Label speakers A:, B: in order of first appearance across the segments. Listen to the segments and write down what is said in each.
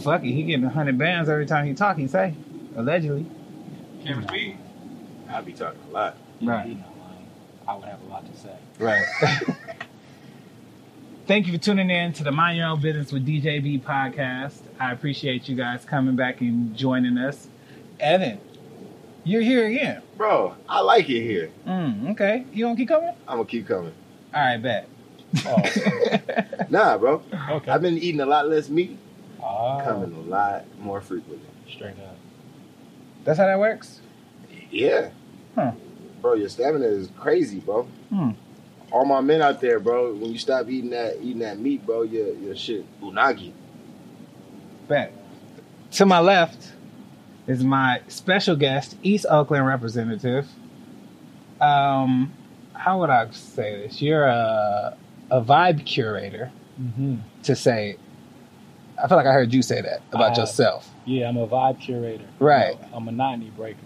A: fuck it. He getting hundred bands every time he talk. He say allegedly.
B: Camera speed.
C: I be talking a lot.
A: Right.
D: You know, um, I would have a lot to say.
A: Right. Thank you for tuning in to the Mind Your Own Business with DJ B podcast. I appreciate you guys coming back and joining us. Evan, you're here again.
C: Bro, I like it here.
A: Mm, okay. You gonna keep coming?
C: I'm gonna keep coming.
A: All right, bet.
D: Oh,
C: Nah, bro.
D: okay.
C: I've been eating a lot less meat,
D: Oh,
C: coming a lot more frequently.
D: Straight up.
A: That's how that works?
C: Yeah.
A: Huh.
C: Bro, your stamina is crazy, bro.
A: Hmm.
C: All my men out there, bro, when you stop eating that eating that meat, bro, your your shit unagi.
A: Bet. To my left is my special guest, East Oakland representative. Um, how would I say this? You're a, a vibe curator.
D: Mm-hmm.
A: to say I feel like I heard you say that about
D: Uh,
A: yourself.
D: Yeah, I'm a vibe curator.
A: Right.
D: You know, a monotony breaker.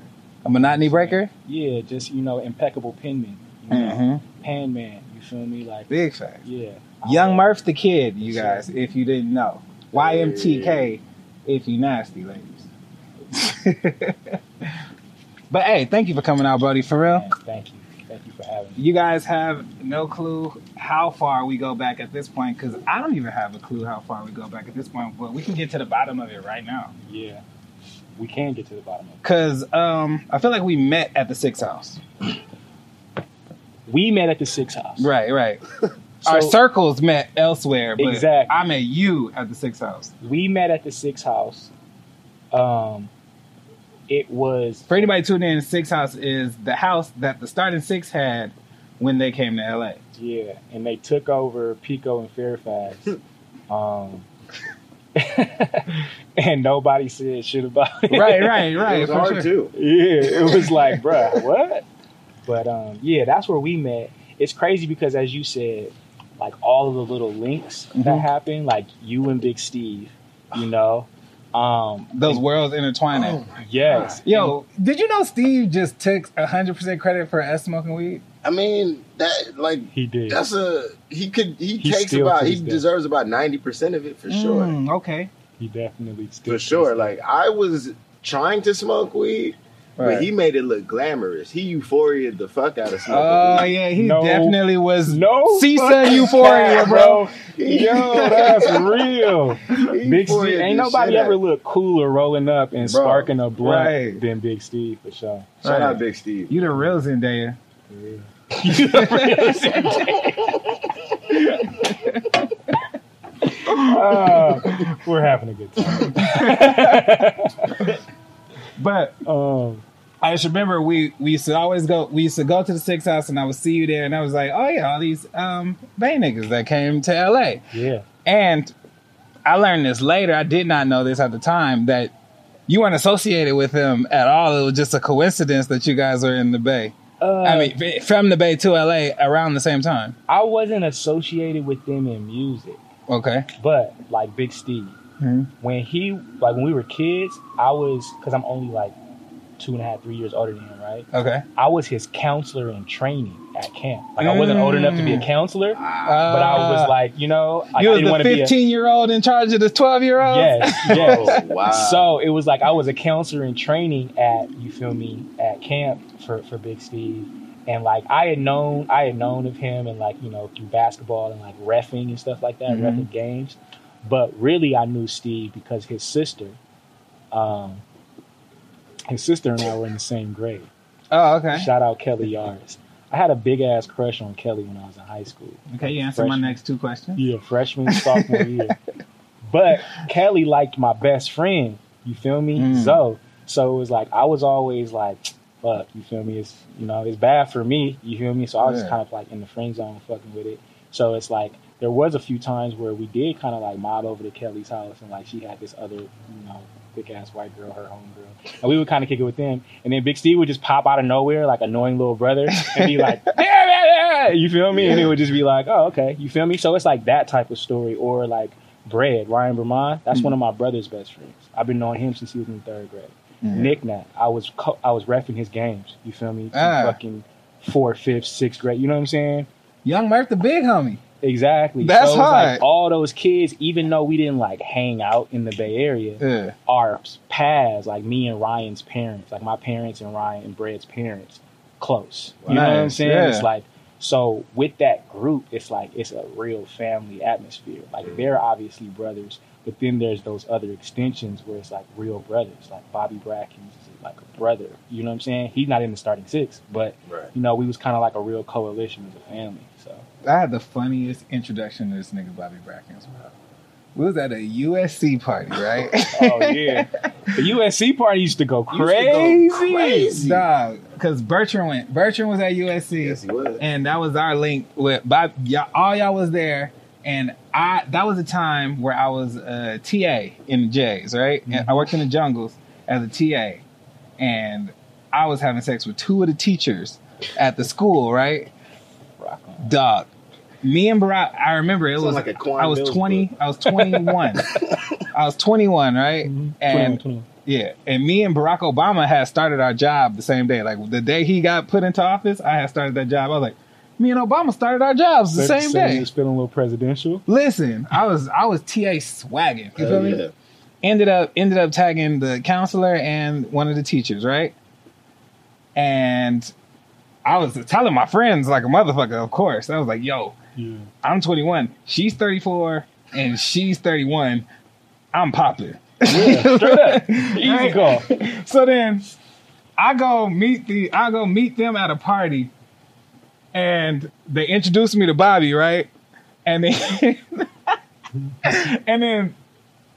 A: A monotony breaker?
D: Yeah, just you know, impeccable penman. You know, Pan man. You feel me? Like
A: Big fact.
D: yeah.
A: Mm-hmm. Young
D: I-
A: Murph the Kid, you
D: Sure.
A: guys, if you didn't know. YMTK if you nasty, ladies. but hey, thank you for coming out, Brody, for real.
D: Man, thank you. Thank you for having me.
A: You guys have no clue how far we go back at this point, because I don't even have a clue how far we go back at this point, but we can get to the bottom of it right now.
D: Yeah. We can get to the bottom of
A: Cause um, I feel like we met at the six house.
D: it. We met at the six house.
A: Right, right.
D: So
A: our circles met elsewhere, but
D: Exactly.
A: I met you at the Six House.
D: we met at the six house. Um it was
A: For anybody tuning in, Six House is the house that the starting six had when they came to LA.
D: yeah, and they took over Pico and Fairfax. um and nobody said shit about it.
A: Right, right, right.
C: it was
A: for
C: hard
A: sure.
C: too.
D: Yeah, it was like, bruh, what? But um, yeah, that's where we met. It's crazy because, as you said, like all of the little links that
A: Mhm.
D: happened, like you and Big Steve, you know. Um,
A: Those worlds intertwining.
D: yes,
A: Yo, did you know Steve just took 100% credit for us smoking weed?
C: I mean, that like
D: he did.
C: that's a he could he
D: He
C: takes
D: still
C: about
D: to
C: he
D: this day.
C: deserves about ninety percent of it for sure.
A: Mm, okay.
D: he definitely
C: For sure. Like I was trying to smoke weed
A: Right.
C: But he made it look glamorous. He euphoria'd the fuck out of smoking.
A: Oh,
D: Uh,
C: weed.
A: yeah, he
D: No.
A: definitely was.
D: no
A: CISA
D: fucking
A: euphoria,
D: cap,
A: bro.
D: Yo, that's real.
C: He
D: Big Steve,
C: euphoria'd
D: ain't
C: the
D: nobody
C: shit out-
D: ever looked cooler rolling up and
C: Bro.
D: sparking a blunt
A: Right.
D: than Big Steve for sure.
C: Shout
A: Right.
C: out Big Steve.
A: You the real Zendaya.
D: Uh, we're having a good time.
A: But
D: Um,
A: I just remember we we used to always go we used to go to the six house and I would see you there and I was like, Oh yeah, all these um Bay niggas that came to LA.
D: yeah,
A: And I learned this later, I did not know this at the time, that you weren't associated with them at all. It was just a coincidence that you guys were in the Bay.
D: uh,
A: I mean f- from the Bay to LA around the same time.
D: I wasn't associated with them in music,
A: Okay.
D: but like Big Steve,
A: Mhm.
D: when he like when we were kids, I was because I'm only like two and a half, three years older than him, right?
A: Okay.
D: I was his counselor in training at camp. Like I wasn't old enough to be a counselor, but I was like, you know, like,
A: Hmm. Ah. you
D: I
A: was
D: didn't
A: the
D: want to be a
A: 15 year old in charge of the 12 year old?
D: yes, yes.
C: Oh, wow.
D: So it was like I was a counselor in training at you feel me at camp for for Big Steve, and like I had known I had known of him and like you know through basketball and like refing and stuff like that,
A: Mhm.
D: refing games. But really, I knew Steve because his sister, um, his sister and I were in the same grade.
A: Oh, okay.
D: Shout out Kelly Yards. I had a big ass crush on Kelly when I was in high school.
A: Okay, you answered my next two questions.
D: Yeah, freshman, sophomore year. But Kelly liked my best friend. You feel me?
A: Mm.
D: Zoe. So it was like I was always like, fuck, you feel me? It's you know, it's bad for me. You feel me? So I was
A: Yeah.
D: just kind of like in the friend zone fucking with it. So it's like there was a few times where we did kind of like mob over to Kelly's house and like she had this other, you know, thick ass white girl, her homegirl. And we would kind of kick it with them. And then Big Steve would just pop out of nowhere, like annoying little brother, and be like, "Yeah, yeah, yeah," you feel me? And it would just be like, oh, okay, you feel me? So it's like that type of story. Or like Bread, Ryan Vermont, that's
A: Hmm.
D: one of my brother's best friends. I've been knowing him since he was in third grade. Nick Knack, I was co- I was refing his games, you feel me? From
A: Ah.
D: Fucking fourth, fifth, sixth grade, you know what I'm saying?
A: Young Murph the big homie.
D: Exactly.
A: That's
D: so it was
A: hard.
D: Like all those kids, even though we didn't like hang out in the Bay Area,
A: Yeah.
D: our paths, like me and Ryan's parents, like my parents and Ryan and Brad's parents, close. You know what I'm
A: Nice,
D: saying?
A: yeah.
D: It's like so with that group, it's like it's a real family atmosphere. Like they're obviously brothers, but then there's those other extensions where it's like real brothers. Like Bobby Brackens is like a brother. You know what I'm saying? He's not in the starting six, but
C: Right.
D: you know, we was kinda like a real coalition as a family. So
A: I had the funniest introduction to this nigga Bobby Brackens, bro. We was at a USC party, right?
D: Oh yeah. the USC party used to go
C: Used to go
D: crazy.
C: crazy.
A: Dog, because Bertrand went. Bertrand was at USC,
C: Yes, he was.
A: and that was our link with Bob. Y'all, all y'all was there, and I. That was a time where I was a TA in the Jays, right? And I worked in the jungles as a TA, and I was having sex with two of the teachers at the school, right?
D: Rock on.
A: Dog, me and Barack. I remember it
C: Sound
A: was
C: like a Quan
A: I was
C: Mills
A: twenty. I was twenty one. I was twenty one, right? And
D: 21, 21.
A: yeah, and me and Barack Obama had started our job the same day. Like the day he got put into office, I had started that job. I was like, me and Obama started our jobs the
D: So-
A: same
D: so
A: day.
D: you was feeling a little presidential.
A: Listen, I was I was TA swagging. You feel
C: Hell
A: me?
C: yeah.
A: ended up ended up tagging the counselor and one of the teachers, right? And I was telling my friends like a motherfucker, of course. I was like, yo,
D: Yeah.
A: I'm 21, she's 34, and she's 31. I'm popping.
D: Straight up. Easy
A: Right.
D: call.
A: So then I go meet the I go meet them at a party and they introduced me to Bobby, right? And then and then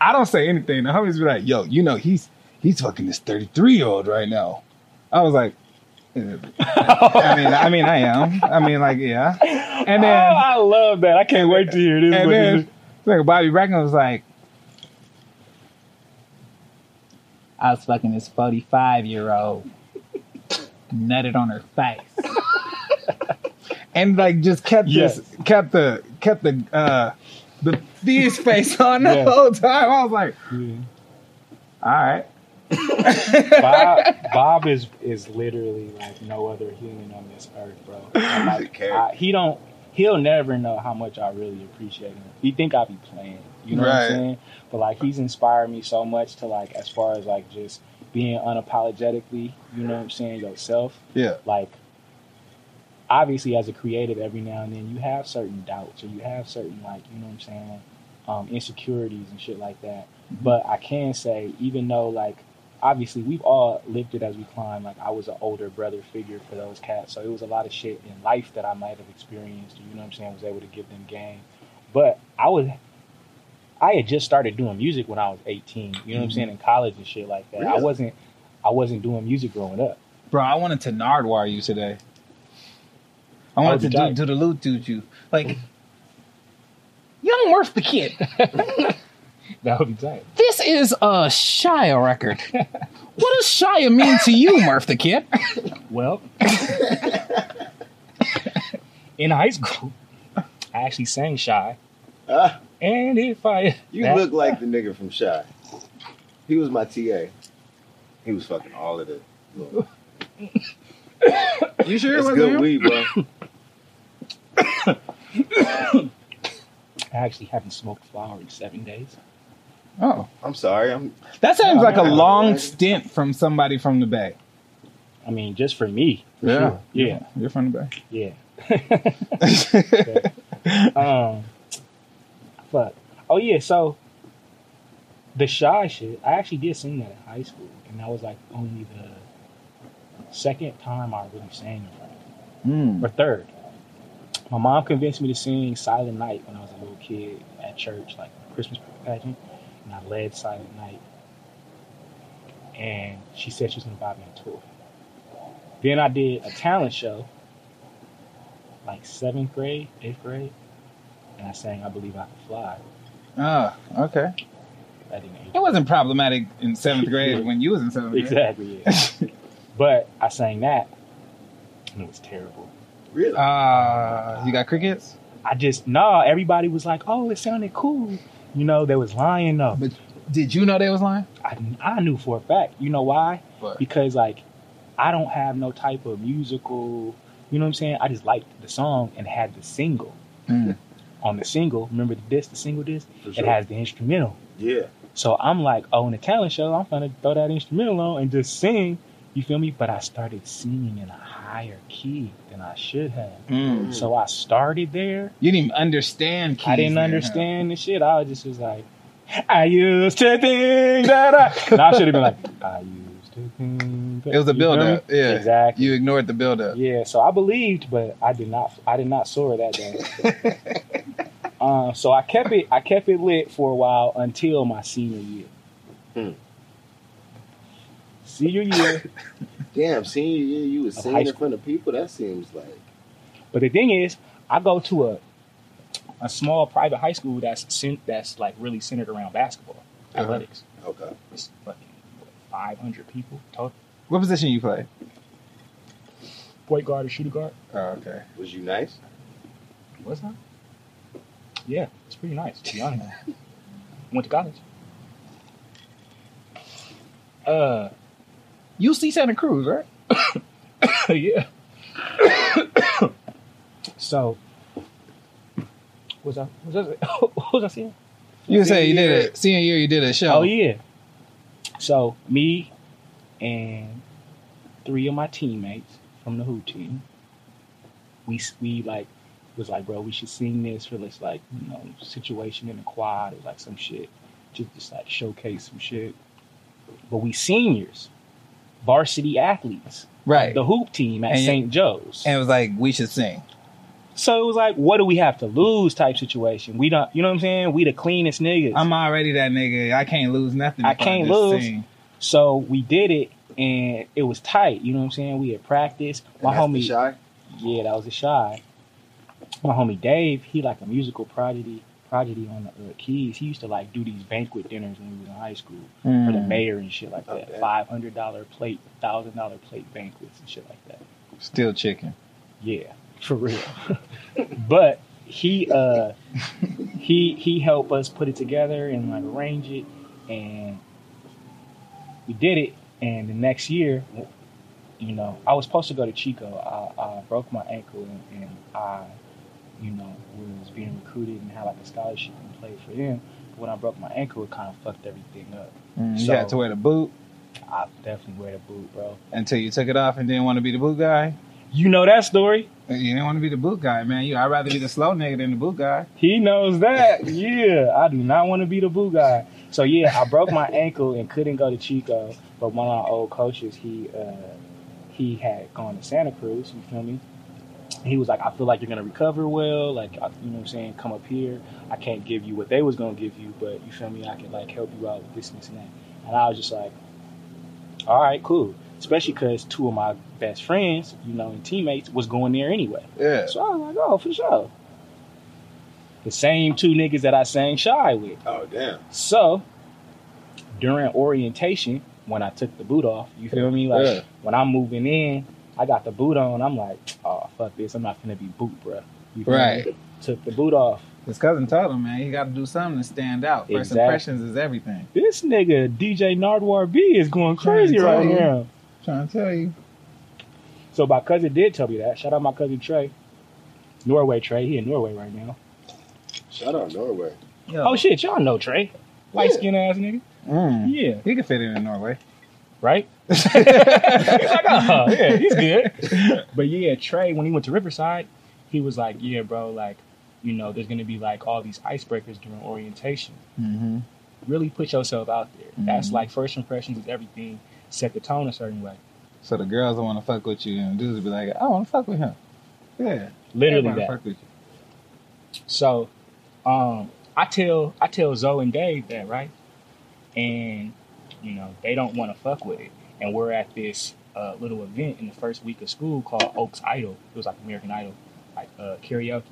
A: I don't say anything. The homies be like, yo, you know, he's he's fucking this 33 year old right now. I was like, eh. I mean, I mean, I am. I mean, like, yeah. And
D: oh,
A: then
D: I love that. I can't wait to hear this.
A: and
D: What is
A: then
D: it?
A: like Bobby Bracken was like, I was fucking this 45 year old, nutted on her face. and like just kept
D: Yes.
A: this, kept the, kept the, uh, the fierce face on the
D: Yeah.
A: whole time. I was like, all right.
D: Yeah. Bob, Bob is is literally like no other human on this earth, bro. I'm
C: He's a
D: Like,
C: character.
D: I, he don't. He'll never know how much I really appreciate him. He think I be playing. You know what
A: Right.
D: I'm saying? But like he's inspired me so much to like as far as like just being unapologetically, you know what I'm saying, yourself.
A: Yeah.
D: like obviously as a creative every now and then you have certain doubts or you have certain like you know what i'm saying um, insecurities and shit like that but i can say even though like obviously we've all lived it as we climb like i was an older brother figure for those cats so it was a lot of shit in life that i might have experienced you know what i'm saying was able to give them game but i was i had just started doing music when i was 18 you know what i'm
A: Mhm.
D: saying in college and shit like that i
C: Really?
D: wasn't i wasn't doing music growing up
A: Bro, I wanted to Nardwar you today. I
D: Oh,
A: wanted to
D: did
A: do,
D: I?
A: do the loot dude you. Like, young Murph the Kid.
D: that would be tight
A: This is a Shia record. what does Shia mean to you, Murph the Kid?
D: Well, in high school, I actually sang Shy.
C: Ah,
D: And if I.
C: you
D: that-
C: look like the nigga from Shy. He was my TA. He was fucking all of it. Look,
A: You sure
C: It's good weed, bro.
D: I actually haven't smoked flower in seven days.
A: Oh,
C: I'm sorry. I'm
A: that sounds
D: No,
A: like a
D: no,
C: no,
A: long
C: right.
A: stint from somebody from the Bay.
D: I mean, just for me. for
A: Yeah.
D: sure. Yeah.
A: You're from the Bay.
D: Yeah. um, fuck. Oh yeah, so the shy shit. I actually did sing that in high school, and that was like only the second time I really sang in front of
A: Mm.
D: or third. My mom convinced me to sing Silent Night when I was a little kid at church, like Christmas pageant, and I led Silent Night. And she said she was gonna buy me a toy. Then I did a talent show, like seventh grade, eighth grade, and I sang "I Believe I Can Fly."
A: Oh, okay.
D: I didn't.
A: It wasn't problematic in seventh grade when you was in seventh grade.
D: exactly. Yeah. but I sang that, and it was terrible.
C: really.
A: Uh, you got crickets?
D: I just nah. Everybody was like, "Oh, it sounded cool," you know. They was lying though.
A: But did you know they was lying?
D: I, I knew for a fact. You know why?
A: What?
D: Because like I don't have no type of musical. You know what I'm saying? I just liked the song and had the single.
A: Mm.
D: on the single, remember the disc, the single disc,
C: For
D: it has the instrumental.
C: yeah.
D: So I'm like, oh, in the talent show, I'm gonna throw that instrumental on and just sing. You feel me? But I started singing in a higher key than I should have.
A: Mm.
D: So I started there.
A: You didn't even understand. Keys
D: I didn't
A: then, huh?
D: understand the shit. I was just was like, I used to think that I. no, I should have been like, I used to think. That,
A: It was a
D: You feel
A: build up.
D: me?
A: Yeah,
D: Exactly.
A: You ignored the build up.
D: Yeah, so I believed, but I did not. I did not soar that day. uh, so I kept it. I kept it lit for a while until my senior year.
C: Hmm.
D: Senior year,
C: Damn, senior year, you was
D: Of
C: singing
D: high
C: in
D: school.
C: front of people. That seems like
D: but the thing is, I go to a a small private high school that's cen- that's like really centered around basketball,
A: Uh-huh.
D: athletics.
C: okay.
D: It's fucking five hundred people total.
A: What position you play?
D: Point guard or shooter guard?
A: Oh, okay.
C: Was you nice?
D: Was I? Yeah, it's pretty nice. To be honest, went to college. Uh,
A: UC Santa Cruz, right?
D: yeah. so, was I was I what was I saying?
A: You say you did
C: Senior year.
A: it. Senior year, you did a show.
D: Oh yeah. So me and three of my teammates from the Who team, we we like was like, bro, we should sing this for this like you know situation in the quad or like some shit, just just like showcase some shit. But we seniors, varsity athletes,
A: Right.
D: the Hoop team at
A: And-
D: St. Joe's.
A: And it was like, we should sing.
D: so it was like, what do we have to lose? Type situation. We don't, you know what I'm saying? We the cleanest niggas.
A: I'm already that nigga. I can't lose nothing.
D: I
A: if
D: can't
A: just
D: lose.
A: sing.
D: So we did it, and it was tight. You know what I'm saying? We had practice. My
C: And that's the
D: homie,
C: shy.
D: yeah, that was a shy. My homie Dave, he like a musical prodigy, prodigy on the uh, keys. He used to like do these banquet dinners when we was in high school for the
A: Mm.
D: mayor and shit like that.
C: Okay.
D: Five hundred dollar plate, thousand dollar plate banquets and shit like that.
A: Still chicken.
D: Yeah, for real. but he uh he he helped us put it together and like arrange it and we did it and the next year you know I was supposed to go to Chico I, I broke my ankle and, and I you know was being recruited and had like a scholarship and played for them but when I broke my ankle it kind of fucked everything up
A: Mm,
D: So-
A: you had to wear the boot
D: I definitely wear the boot bro
A: until you took it off and didn't want to be the boot guy.
D: you know that story
A: You didn't want to be the boot guy, man. You, I'd rather be the slow nigga than the boot guy.
D: He knows that. Yeah, I do not want to be the boo guy. So yeah, I broke my ankle and couldn't go to Chico. But one of our old coaches, he uh, he had gone to Santa Cruz. You feel me? He was like, I feel like you're gonna recover well. Like I- you know, what I'm saying, come up here. I can't give you what they was gonna give you, but you feel me? I can like help you out with this, and this, and that. And I was just like, all right, cool. Especially because two of my best friends, you know, and teammates was going there anyway.
A: Yeah.
D: So I was like, oh, for sure. The same two niggas that I sang shy with.
C: Oh damn.
D: So during orientation, when I took the boot off, you feel me? Like
C: Yeah.
D: when I'm moving in, I got the boot on. I'm like, oh fuck this, I'm not gonna be boot, bruh. You feel me?
A: Right.
D: Took the boot off.
A: His cousin told him, man, you got to do something to stand out. First
D: Exactly.
A: impressions is everything.
D: This nigga DJ Nardwar B is going crazy
A: Crazy.
D: right now.
A: trying to tell you.
D: So my cousin did tell me that. Shout out my cousin Trey, Norway Trey. He in Norway right now.
C: Shout out Norway.
A: Yo.
D: Oh shit, y'all know Trey, light skin ass nigga.
A: Mm.
D: Yeah.
A: He could fit in in Norway.
D: right? like, oh, yeah, he's good. But yeah, Trey, when he went to Riverside, he was like, yeah, bro, like, you know, there's going to be like all these icebreakers during orientation.
A: Mm-hmm.
D: Really put yourself out there. That's
A: Mhm.
D: like first impressions is everything. Set the tone a certain way.
A: So the girls don't want to fuck with you, and dudes will be like, I want to fuck with him. Yeah.
D: Literally
A: I wanna
D: that.
A: Fuck with you.
D: So, um, I tell I tell Zoe and Dave that right, and you know they don't want to fuck with it. And we're at this uh, little event in the first week of school called Oaks Idol. It was like American Idol, like uh, karaoke.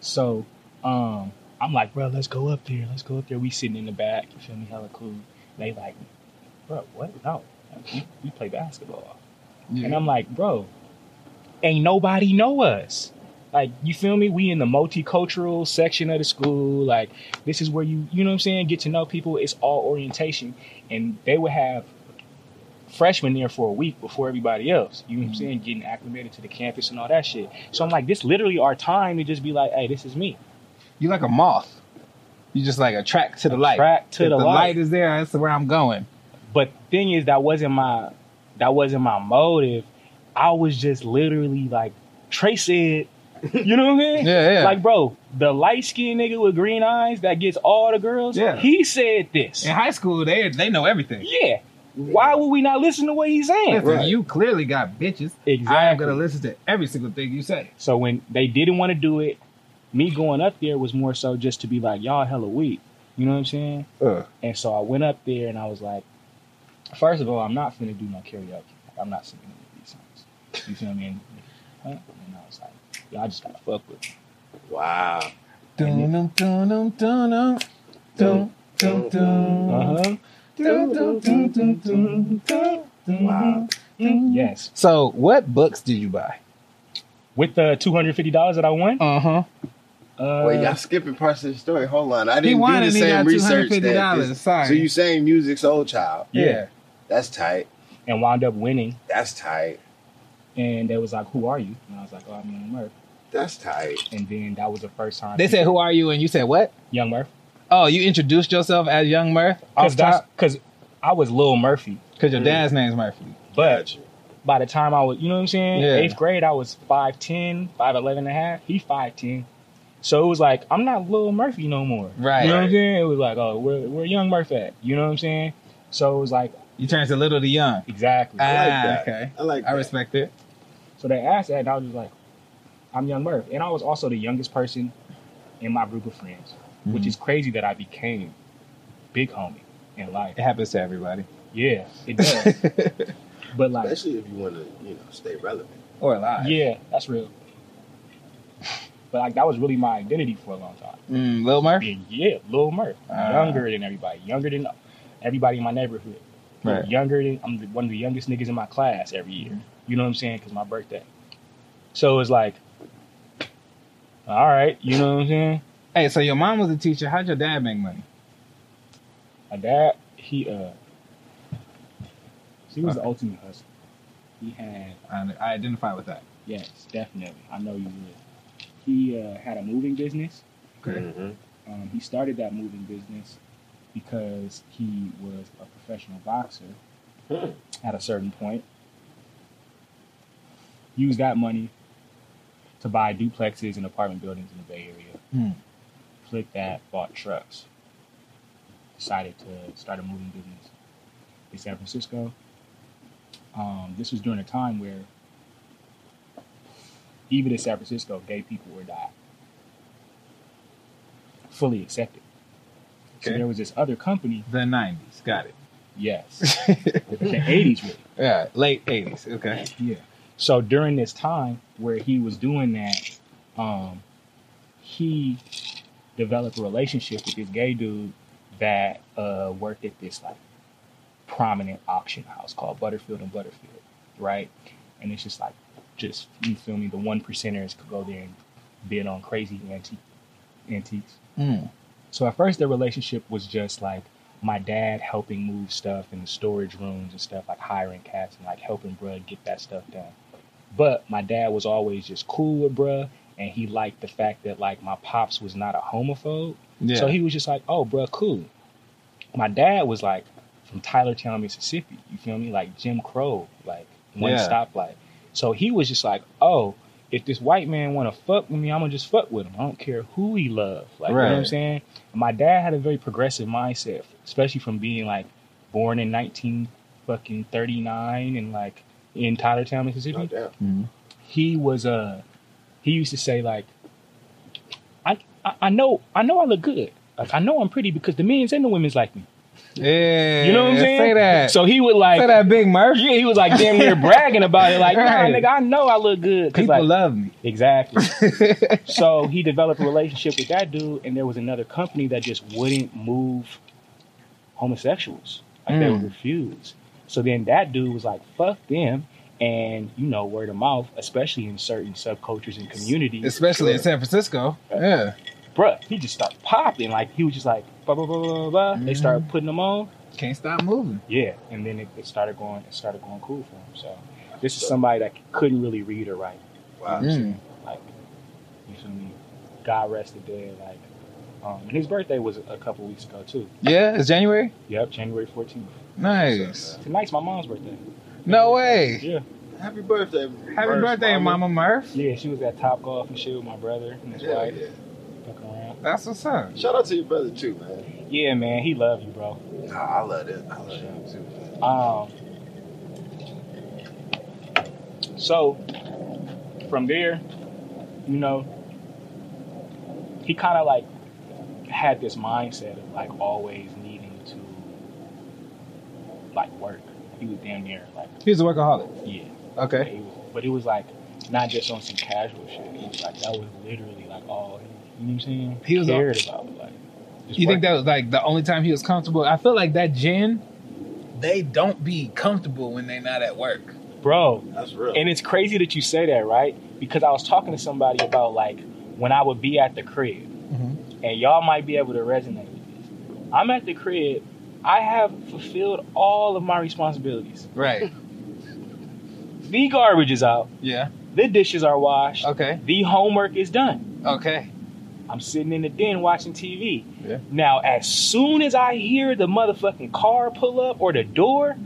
D: So um, I'm like, bro, let's go up there. Let's go up there. We sitting in the back. You feel me? Hella cool. They like, bro, what? No, we, we play basketball.
A: Yeah.
D: And I'm like, bro, ain't nobody know us. Like, you feel me? We in the multicultural section of the school. Like, this is where you, you know what I'm saying, get to know people. It's all orientation. And they would have freshmen there for a week before everybody else. You know what I'm
A: Mhm.
D: saying? Getting acclimated to the campus and all that shit. So I'm like, this literally our time to just be like, hey, this is me.
A: You're like a moth. You just like attract to the light.
D: Attract to
A: If
D: the light.
A: is there. That's where I'm going.
D: But thing is, that wasn't my that wasn't my motive. I was just literally like Trace it. You know what I'm saying?
A: Yeah, yeah.
D: Like, bro, the light skinned nigga with green eyes that gets all the girls.
A: Yeah.
D: He said this.
A: In high school, they they know everything.
D: Yeah. Why would we not listen to what he's saying?
A: Listen,
C: Right.
A: you clearly got bitches.
D: Exactly.
A: I am gonna listen to every single thing you say.
D: So when they didn't want to do it, me going up there was more so just to be like, y'all hella weak. You know what I'm saying? And so I went up there and I was like, first of all, I'm not finna do no karaoke. I'm not singing any of these songs. You feel me? And, uh, and I was like, y'all just gotta fuck with me.
C: Wow.
A: Dun, dun, dun, dun, dun. Dun, dun, dun.
D: Uh-huh.
A: Dun, dun, dun, dun, dun, dun, dun.
C: Wow.
D: Yes.
A: So, what books did you buy?
D: With the $250 that I won,
A: Uh huh.
D: uh,
C: Wait, y'all skipping parts of the story. Hold on. I
A: He
C: didn't
A: won
C: do the
A: and he got
C: same research. that
A: $250.
C: this-
A: Sorry.
C: So you saying music soul child.
A: yeah.
C: That's tight.
D: and wound up winning.
C: That's tight.
D: And they was like, who are you? And I was like, oh, I'm Young Murph.
C: That's tight.
D: And then that was the first time.
A: They said, "Who are you?" and you said, "What?"
D: Young Murph.
A: Oh, you introduced yourself as Young Murph off top
D: Because I was Lil Murphy.
A: because your
C: Mm.
A: dad's name's Murphy.
D: But
C: Gotcha.
D: by the time I was, you know what I'm saying?
A: Yeah.
D: Eighth grade, I was 5'10, 5'11 and a half. He 5'10. So it was like, I'm not Lil Murphy no more.
A: Right.
D: You know what I'm saying? It was like, oh, where, where Young Murph at? You know what I'm saying? So it was like,
A: You turns a little to young.
D: exactly.
A: Ah,
C: that.
A: okay.
C: I like
A: I
C: that.
A: respect it.
D: so they asked that, and I was just like, I'm Young Murph. And I was also the youngest person in my group of friends, which
A: Mhm.
D: is crazy that I became big homie in life.
A: It happens to everybody.
D: Yeah, it does. but like,
C: Especially if you want to, you know, stay relevant.
A: or alive.
D: yeah, that's real. But like, that was really my identity for a long time.
A: Mm, Lil Murph.
D: being yeah, Lil Murph,
A: Ah.
D: younger than everybody, younger than everybody in my neighborhood,
A: Right.
D: younger than I'm the, one of the youngest niggas in my class every year.
A: Mm-hmm.
D: You know what I'm saying? Because my birthday. So it's like, all right, you know what I'm saying?
A: Hey, so your mom was a teacher. How'd your dad make money?
D: My dad, he uh, he was the ultimate hustler. He had
A: I, I identify with that.
D: yes, definitely. I know you would. He uh, had a moving business.
A: Okay.
C: Mm-hmm.
D: Um, he started that moving business because he was a professional boxer
C: Hmm.
D: at a certain point. Used that money to buy duplexes and apartment buildings in the Bay Area.
A: Hmm.
D: Flipped that, bought trucks. Decided to start a moving business in San Francisco. Um, this was during a time where, even in San Francisco, gay people were not fully accepted. So
A: Okay.
D: there was this other company.
A: The nineties. Got
D: Yes.
A: it.
D: the eighties really.
A: yeah. Late eighties. Okay.
D: Yeah. So during this time where he was doing that, um, he developed a relationship with this gay dude that uh, worked at this like prominent auction house called Butterfield and Butterfield, right? And it's just like, just you feel me? The one percenters could go there and bid on crazy antique antiques.
A: Mm.
D: So at first, their relationship was just like my dad helping move stuff in the storage rooms and stuff, like hiring cats and like helping bruh get that stuff done. But my dad was always just cool with bruh, and he liked the fact that like my pops was not a homophobe.
A: Yeah.
D: So he was just like, oh, bruh, cool. My dad was like from Tylertown, Mississippi. You feel me? Like Jim Crow, like one
A: Yeah.
D: stoplight. So he was just like, oh, if this white man want to fuck with me, I'm gonna just fuck with him. I don't care who he love. Like you know what I'm
A: Right.
D: saying? My dad had a very progressive mindset, especially from being like born in 19 fucking 39 and like in Tylertown, Mississippi
C: No doubt.
A: Mm.
D: he was uh he used to say like I, I I know I know I look good. Like I know I'm pretty because the men's and the women's like me.
A: Yeah.
D: You know what I'm saying?
A: Say that.
D: So he would like
A: Say that, Big Murph.
D: yeah, he was like damn near bragging about it. Like,
A: Right.
D: nah, nigga, I know I look good. 'Cause,
A: People
D: like,
A: love me.
D: exactly. so he developed a relationship with that dude, and there was another company that just wouldn't move homosexuals. Like they
A: Mm.
D: would refuse. So then that dude was like, "Fuck them," and you know, word of mouth, especially in certain subcultures and communities,
A: Especially in San Francisco. Yeah.
D: bruh, he just started popping. Like he was just like, blah blah blah blah blah. blah. They
A: Mhm.
D: started putting him on,
A: Can't stop moving.
D: yeah, and then it, it started going, it started going cool for him. So this is somebody that couldn't really read or write.
C: Wow.
A: Mm.
D: Like, you feel me? God rest the dead. Like Um, and his birthday was a couple weeks ago too.
A: Yeah, it's January.
D: Yep, January 14th.
A: Nice.
D: Tonight's my mom's birthday.
A: No way.
D: Yeah.
C: Happy birthday.
A: Happy birthday, Mama Murph.
D: Yeah, she was at Top Golf and shit with my brother and his
C: Yeah,
D: wife.
C: yeah.
D: Fucking around.
A: That's what's up.
C: Shout out to your brother too, man.
D: Yeah, man, he love you, bro.
C: Nah, I love it. I love him too. man.
D: Um, so from there, you know, he kind of like had this mindset of like always needing to like work. He was damn near like
A: He's a workaholic.
D: yeah.
A: Okay.
D: He was- but it was like not just on some casual shit. It was like that was literally like all you know what I'm saying.
A: He was
D: cared about like. just
A: You think
D: work.
A: that was like the only time he was comfortable? I feel like that gin, they don't be comfortable when they not at work.
D: bro?
C: That's real.
D: And it's crazy that you say that, right? Because I was talking to somebody about like when I would be at the crib,
A: Mm-hmm.
D: and y'all might be able to resonate with this. I'm at the crib. I have fulfilled all of my responsibilities.
A: Right.
D: The garbage is out.
A: Yeah.
D: The dishes are washed.
A: Okay.
D: The homework is done.
A: Okay.
D: I'm sitting in the den watching TV.
A: Yeah.
D: Now, as soon as I hear the motherfucking car pull up or the door,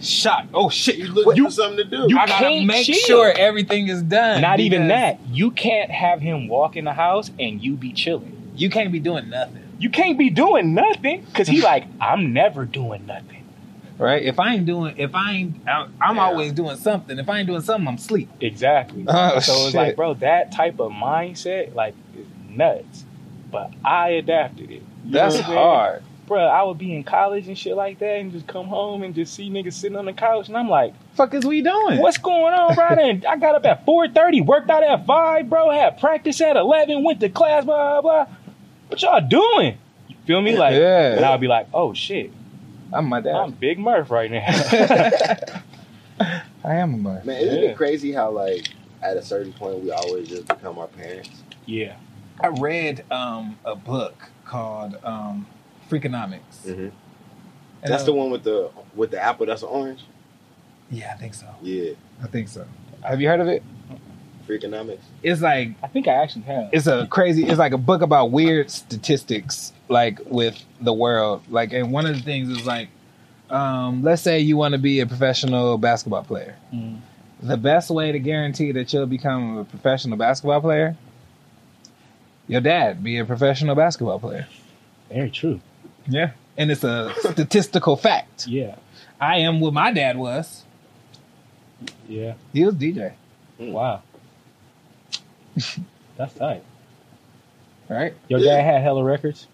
A: Shot. Oh shit.
C: He's looking
A: What-
C: for something to do.
D: You-
A: I gotta
D: can't
A: make
D: chill.
A: sure everything is done.
D: not even
A: because
D: that, you can't have him walk in the house and you be chilling.
A: You can't be doing nothing.
D: you can't be doing nothing because he like i'm never doing nothing
A: Right. If I ain't doing, if I ain't, I'm, I'm
C: Yeah.
A: always doing something. If I ain't doing something, I'm asleep.
D: exactly
A: Oh,
D: so it's
A: shit.
D: like bro that type of mindset like is nuts but i adapted it You know
A: That's
D: what I'm saying?
A: hard.
D: bro i would be in college and shit like that and just come home and just see niggas sitting on the couch and i'm like
A: Fuck is we doing?
D: what's going on bro and i got up at 4.30 worked out at 5 bro had practice at 11 went to class blah blah blah what y'all doing you feel me like
A: Yeah.
D: and i'll be like oh shit
A: I'm my
D: i'm
A: dad.
D: big murph right now
A: I am a mother.
C: man, isn't
D: Yeah.
C: it crazy how like at a certain point we always just become our parents?
D: yeah
A: I read um, a book called um, Freakonomics.
C: Mhm.
A: Mm-hmm. And
C: That's
A: I-
C: the one with the with the apple. That's an orange.
A: Yeah, I think so.
C: Yeah,
A: I think so. Have you heard of it?
C: freakonomics.
A: It's like
D: I think I actually have.
A: it's a crazy it's like a book about weird statistics like with the world like and one of the things is like um, let's say you want to be a professional basketball player
D: Mm.
A: the best way to guarantee that you'll become a professional basketball player your dad be a professional basketball player
D: Very true.
A: yeah and it's a statistical fact
D: Yeah.
A: i am what my dad was
D: Yeah.
A: he was dj
D: Wow. That's tight.
A: right
D: Your
C: Yeah.
D: dad had hella records.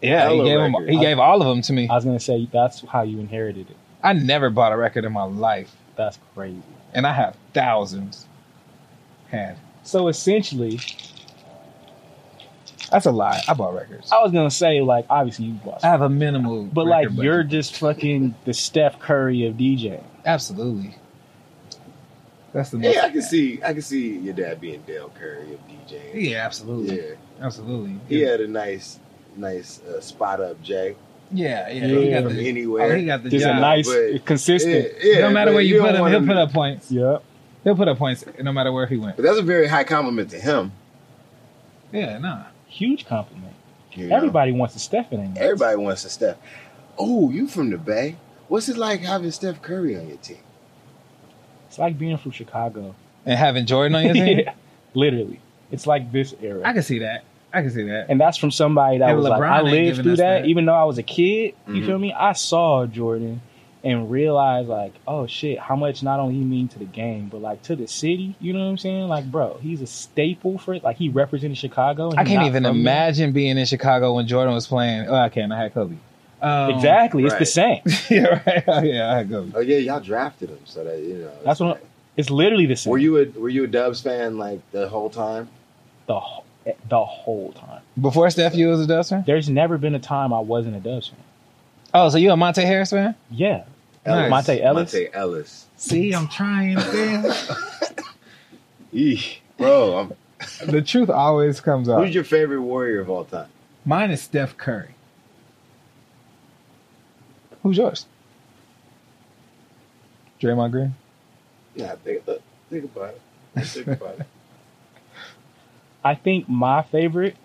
A: yeah he
C: Hella
A: gave, him,
C: record.
A: he gave all of them to me
D: I was gonna say that's how you inherited it.
A: i never bought a record in my life
D: That's crazy.
A: and I have thousands. Had
D: So essentially,
A: that's a lie. I bought records.
D: I was gonna say like obviously you lost,
A: I have a minimal,
D: Oh. but like
A: record
D: you're
A: budget.
D: just fucking the Steph Curry of DJ.
A: absolutely. That's the most.
C: Yeah, I can see. I can see your dad being Dale Curry of DJing.
A: Yeah, absolutely,
C: Yeah,
A: absolutely.
C: he had a nice, nice uh, spot up, Jay.
A: yeah, yeah. He
D: Yeah.
A: got
C: From
A: the.
C: anywhere.
A: Oh, he got the
D: Just
A: job.
D: a nice,
C: but- yeah,
D: consistent.
C: yeah,
A: no matter
C: but
A: where you,
C: don't
A: put him,
C: want
A: he'll put up points.
D: Yeah.
A: He'll put up points no matter where he went.
C: But that's a very high compliment to him.
A: Yeah, nah.
D: Huge compliment.
C: you know?
D: Everybody wants a Steph in there.
C: everybody wants to Steph. Oh, you from the Bay? What's it like having Steph Curry on your team?
D: It's like being from Chicago.
A: And having Jordan on your team,
D: yeah. Literally, it's like this era.
A: I can see that. I can see that.
D: And that's from somebody that
A: And
D: was like,
A: LeBron
D: I
A: ain't
D: lived
A: giving
D: through
A: us
D: that,
A: that.
D: even though I was a kid. You
C: Mhm.
D: feel me? I saw Jordan and realized, like, oh shit, how much not only he mean to the game, but like to the city. You know what I'm saying? Like, bro, he's a staple for it. Like, he represented Chicago. and
A: I
D: he
A: can't
D: not
A: even
D: from there.
A: imagine being in Chicago when Jordan was playing. Oh, I can. I had Kobe. Um,
D: exactly. It's the
C: Right.
D: same.
A: yeah, right. Oh, yeah, I had Kobe.
C: Oh yeah, y'all drafted him, so that you know.
D: That's what. It's literally the same.
C: Were you a Were you a Dubs fan like the whole time?
D: the wh- the whole time?
A: Before Steph, you was a Dubs fan?
D: There's never been a time I wasn't a Dubs fan.
A: Oh, so you a Monte Harris fan?
D: Yeah,
A: Nice.
D: Monte Ellis?
C: Monte Ellis.
A: See, I'm trying.
C: Eesh, bro, I'm,
A: the truth always comes out.
C: who's your favorite Warrior of all time?
A: Mine is Steph Curry. Who's yours? Draymond Green.
C: Nah, think, look, think about it. Think about it.
D: I think my favorite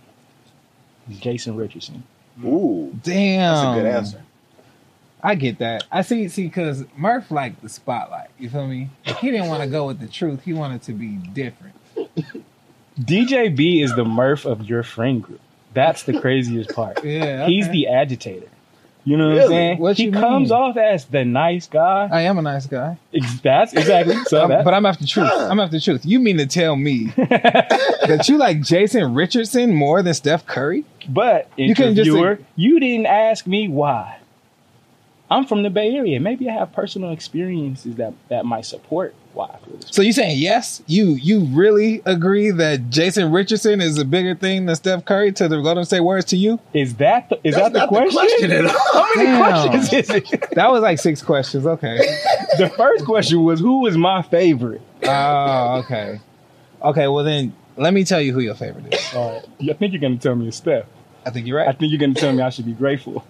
D: Jason Richardson.
C: Ooh,
A: Damn.
C: that's a
D: Um,
C: good answer.
A: I get that. I see, see, because Murph liked the spotlight. You feel me? He didn't want to go with the truth. He wanted to be different.
D: DJ B is the Murph of your friend group. That's the craziest part.
A: Yeah.
D: He's
A: okay.
D: the agitator. You know what I'm
C: Really?
D: saying?
A: What
D: he
A: you
D: comes
A: mean?
D: off as the nice guy.
A: I am a nice guy,
D: Ex- That's exactly so.
A: I'm-
D: That,
A: but I'm after truth. I'm after truth. You mean to tell me that you like Jason Richardson more than Steph Curry?
D: But
A: You couldn't just
D: interviewer, you didn't ask me why. I'm from the Bay Area. Maybe I have personal experiences that, that might support why I feel this.
A: So you saying yes? You you really agree that Jason Richardson is a bigger thing than Steph Curry to the Golden State Warriors to you?
D: Is that the, is
C: That's
D: that the
C: not
D: question?
C: at all.
D: How many
A: Damn.
D: questions is it?
A: That was like six questions. Okay.
D: The first question was who is my favorite?
A: Oh, okay. Okay, well then let me tell you who your favorite is.
D: All right. Uh, I think you're going to tell me it's Steph.
A: I think you're
D: I
A: right.
D: think you're going to tell me I should be grateful.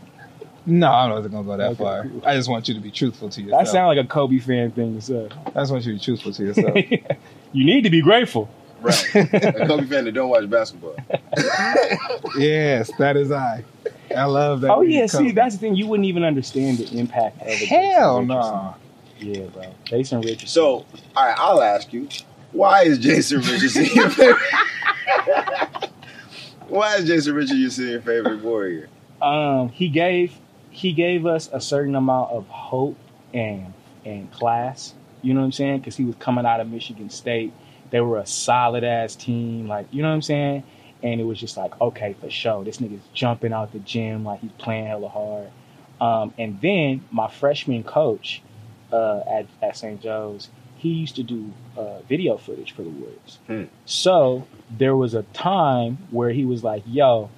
A: No, I wasn't gonna go that
D: Okay,
A: far.
D: cool.
A: I just want you to be truthful to yourself.
D: That sounds like a Kobe fan thing to say.
A: I just want you to be truthful to yourself.
D: you need to be grateful.
C: Right. A Kobe fan that don't watch basketball.
A: yes, that is I. I love that.
D: Oh
A: we
D: yeah,
A: can
D: see
A: come-
D: that's the thing. You wouldn't even understand the impact of a Jason
A: hell
D: Richardson.
A: no.
D: Yeah, bro. Jason Richardson.
C: So, all right, I'll ask you, why is Jason Richardson your favorite? why is Jason Richardson your favorite warrior?
D: um, he gave he gave us a certain amount of hope and and class. You know what I'm saying? Because he was coming out of Michigan State, they were a solid ass team. Like you know what I'm saying? And it was just like, okay, for sure, this nigga's jumping out the gym like he's playing hella hard. Um, and then my freshman coach uh, at at St. Joe's, he used to do uh, video footage for the Warriors.
C: Hmm.
D: So there was a time where he was like, yo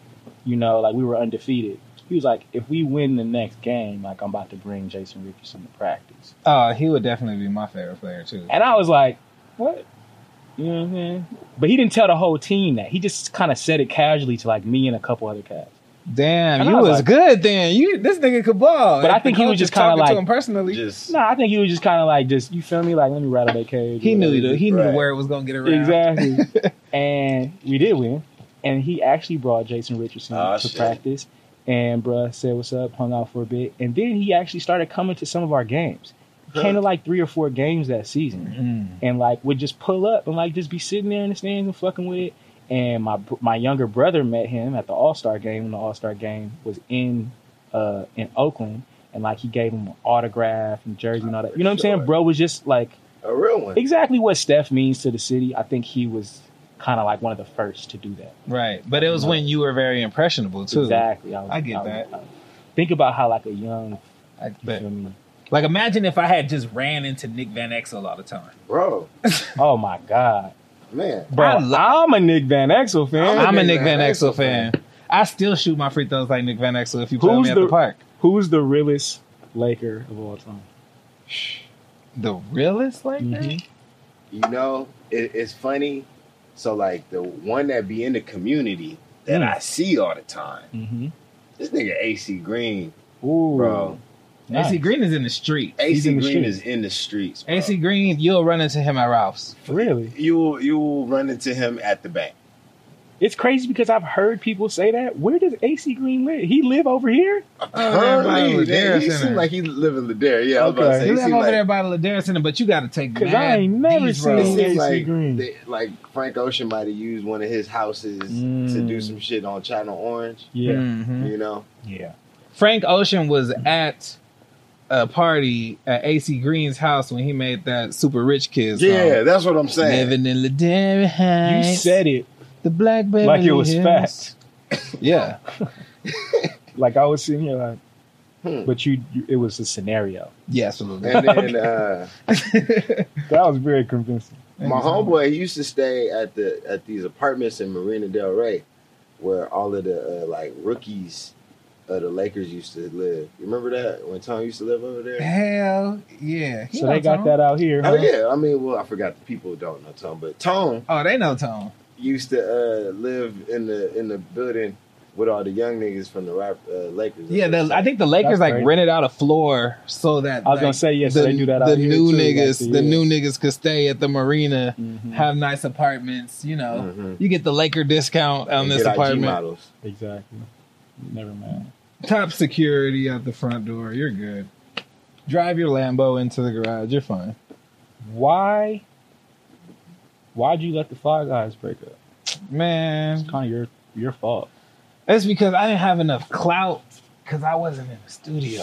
D: you know, like we were undefeated. He was like, if we win the next game, like I'm about to bring Jason Richardson to practice.
A: Uh, he would definitely be my favorite player too.
D: And I was like, what? You know what I'm saying? But he didn't tell the whole team that. He just kind of said it casually to like me and a couple other cats.
A: Damn,
D: And
A: you
D: I was
A: was,
D: like-
A: good then. You this nigga could ball.
D: But I
A: If the
D: think he was
A: coach
D: just
A: is talking
D: kinda
A: to
D: like-
A: him personally.
C: Just
D: No, I think he was just kind of like, just, you feel me? Like, let me rattle that cage.
A: he knew the, he knew
C: Right.
A: where it was gonna get around.
D: Exactly. and we did win. And he actually brought Jason Richardson
C: Ah,
D: to
C: shit.
D: practice. And bruh said what's up, hung out for a bit. And then he actually started coming to some of our games. He Came to like three or four games
C: Mm-hmm.
D: that season.
A: Mm.
D: And like would just pull up and like just be sitting there in the stands and fucking with it. And my br- my younger brother met him at the All Star game when the All Star game was in uh in Oakland. And like he gave him an autograph and jersey and all that. You know what I'm saying?
C: Sure.
D: Bro was just like
C: a real one.
D: exactly what Steph means to the city. I think he was kind of like one of the first to do that.
A: Right, but it was when you were very impressionable too.
D: Exactly. was-
A: I get that.
D: think about how like a young,
A: I
D: you
A: bet.
D: feel me?
A: Like, imagine if I had just ran into Nick Van Exel all the time.
C: Bro,
D: oh my god,
C: man.
D: bro!
A: I
D: I am a Nick Van Exel fan.
C: I'm
A: I'm a Nick Van Exel fan. I still shoot my free throws like Nick Van Exel if you play
D: Who's
A: me at the,
D: the-
A: park.
D: Who's the realest Laker of all time?
A: The realest like that?
D: Mhm.
C: You know, it, it's funny. So, like, the one that be in the community that
D: Mm.
C: I see all the time,
D: Mm-hmm.
C: this nigga AC Green,
D: Ooh,
C: bro.
D: nice.
A: AC Green is in the street.
D: He's
C: AC
D: in
C: Green
D: the streets.
C: is in the streets. bro.
A: AC Green, you'll run into him at Ralph's.
D: really?
C: you will you will run into him at the bank.
D: It's crazy because I've heard people say that. Where does AC Green live? He live over here?
A: by Ladera
C: Apparently, they- he
A: Center.
C: seemed like he live in Ladera. Yeah, I was about
D: Okay.
C: to say.
A: You
C: He
A: live
C: seemed
A: over
C: like,
A: there by the Ladera Center, but you got to take
D: 'Cause I
A: mad
D: ain't never
A: these
D: seen
C: it
A: roads.
D: AC
C: seems like,
D: Green.
C: they- like Frank Ocean might have used one of his houses to
D: Mm.
C: do some shit on China Orange.
A: Mhm.
C: You know,
A: Yeah. Frank Ocean was at a party at AC Green's house when he made that Super Rich Kids.
C: yeah, that's what I'm
A: Song.
C: saying.
A: Living in the Dairy Heights.
D: You said it
A: the black baby.
D: like it was fact.
A: Yeah.
D: Like I was sitting here like,
C: Hmm.
D: but you, you it was a scenario.
A: Yeah, absolutely.
C: And then uh,
D: That was very convincing.
C: my homeboy he used to stay at the at these apartments in Marina Del Rey, where all of the uh, like rookies of the Lakers used to live. You remember that when Tom used to live over there?
A: Hell yeah. He
D: So
A: know
D: they got
A: Tone.
D: that out here.
C: Oh
D: huh?
C: yeah, I mean, well, I forgot the people who don't know Tone, but Tone
A: Oh, they know Tone.
C: used to uh, live in the in the building with all the young niggas from the Rap- uh, Lakers.
A: Yeah, the, I think the Lakers
D: That's
A: like
D: crazy.
A: rented out a floor so that
D: I was
A: like,
D: gonna say yes. so they do that.
A: the
D: out here
A: new
D: too,
A: niggas,
D: like,
A: the
D: yeah.
A: new niggas could stay at the marina,
D: Mhm.
A: have nice apartments. You know,
D: Mm.
C: Mhm.
A: you get the Laker discount on
C: And
A: this
C: get IG
A: apartment.
C: models.
D: Exactly. Never mind.
A: Top security at the front door. You're good. Drive your Lambo into the garage. You're fine.
D: Why? Why'd you let the Fly Guys break up?
A: Man,
D: It's kind of your your fault.
A: that's because I didn't have enough clout because I wasn't in the studio.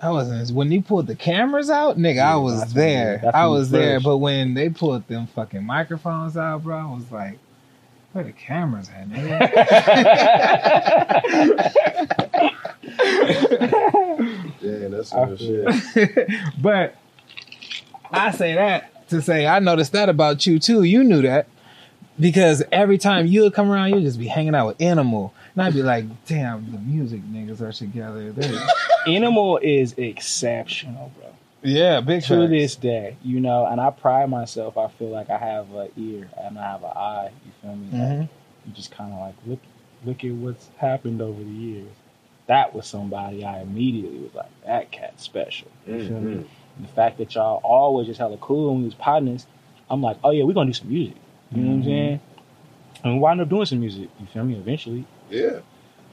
A: I wasn't. When you pulled the cameras out, nigga,
D: Mm. Yeah,
A: I
D: that's
A: was
D: when you-
A: there.
D: that's
A: I
D: when you
A: was there.
D: flourished.
A: But when they pulled them fucking microphones out, bro, I was like, where the cameras at, nigga?
C: Yeah, that's
D: I
C: real
D: feel
C: shit.
A: but I say that to say I noticed that about you too. You knew that because every time you would come around, you'd just be hanging out with Animal, and I'd be like, "Damn, the music niggas are together." They're-
D: Animal is exceptional, bro.
A: yeah, big
D: to
A: facts.
D: this day, you know, and I pride myself. I feel like I have an ear and I have an eye. You feel me? Like,
A: Mhm.
D: you just kind of like look, look at what's happened over the years. That was somebody I immediately was like, that cat's special. You feel me?
C: Mhm.
D: And the fact that y'all always just hella cool when we was partners, I'm like, oh yeah, we're gonna do some music. You know what I'm
A: Mhm.
C: Mm-hmm.
D: saying? And we wind up doing some music. You feel me? Eventually,
C: Yeah.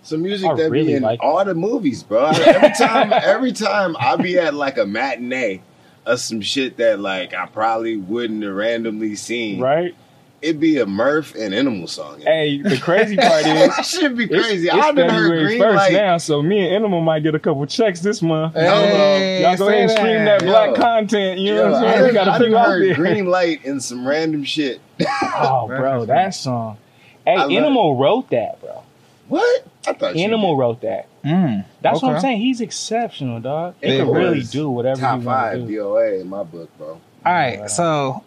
C: Some music
D: I
C: that
D: really
C: be in
D: like
C: all the movies, bro. Every time, every time I be at like a matinee of some shit that like I probably wouldn't have randomly seen.
D: right?
C: It'd be a Murph and Animal song.
D: Hey, the crazy part is.
C: that should be
D: it's-
C: crazy.
D: it's
C: I done heard
D: February
C: Green
D: 1st
C: Light.
D: now, so me and Animal might get a couple checks this month.
A: Hey,
D: Y'all go ahead and
A: say
D: stream that
C: that.
D: black
C: Yo.
D: content. You know
C: Yo,
D: what I'm
C: I
D: saying?
C: done,
D: we got
C: I
D: a
C: done
D: few out
C: heard
D: there.
C: Green Light and some random shit.
D: Oh, bro, that song. Hey,
C: I love
D: Animal wrote that, bro.
C: What? I thought you
D: Animal wrote that.
A: Mm.
D: That's what I'm
A: Okay.
D: saying. He's exceptional, dog. They
A: Big
D: can really
C: words.
D: do
C: did.
D: whatever
C: top
D: you want
C: five
D: to do.
C: DOA in my book, bro.
A: All right, so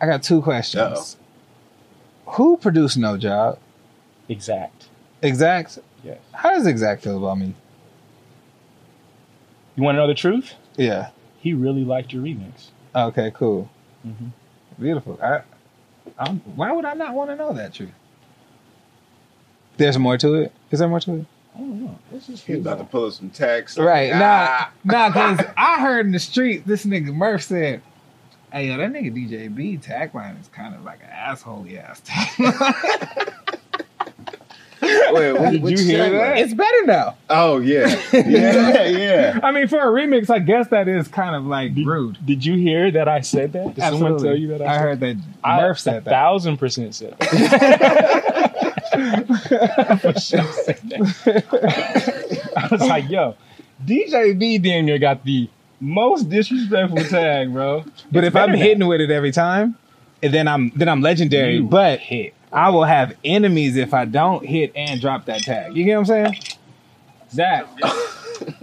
A: I got two questions. Who produced No Job?
D: Exact.
A: Exact.
D: Yes.
A: How does Exact feel about me?
D: You want to know the truth?
A: Yeah.
D: He really liked your remix.
A: Okay. Cool.
D: Mhm.
A: Beautiful. I, I'm, why would I not want to know that truth? There's more to it. Is there more to it?
D: I don't know. This is
C: He about to pull up some tax.
A: Right.
C: Ah.
A: Nah. Nah. Cause I heard in the street this nigga Murph said, "Hey, yo, that nigga DJ B tagline is kind of like an asshole ass tagline.
C: Wait, what,
D: Did
C: what
D: you hear
C: said,
D: that?
C: man?
A: it's better now.
C: Oh yeah, yeah, yeah.
A: I mean, for a remix, I guess that is kind of like rude.
D: Did you hear that I said that? Did someone
A: Absolutely.
D: tell you that I,
A: I
D: said
A: heard that
D: I
A: Murph
D: a
A: said that.
D: thousand percent said that. For sure said that. I was like, yo, DJ B damn near got the most disrespectful tag, bro.
A: But
D: It's
A: if I'm
D: better now.
A: hitting with it every time, then I'm then I'm legendary.
D: You
A: but
D: hit.
A: I will have enemies if I don't hit and drop that tag. You get what I'm saying?
D: Zach.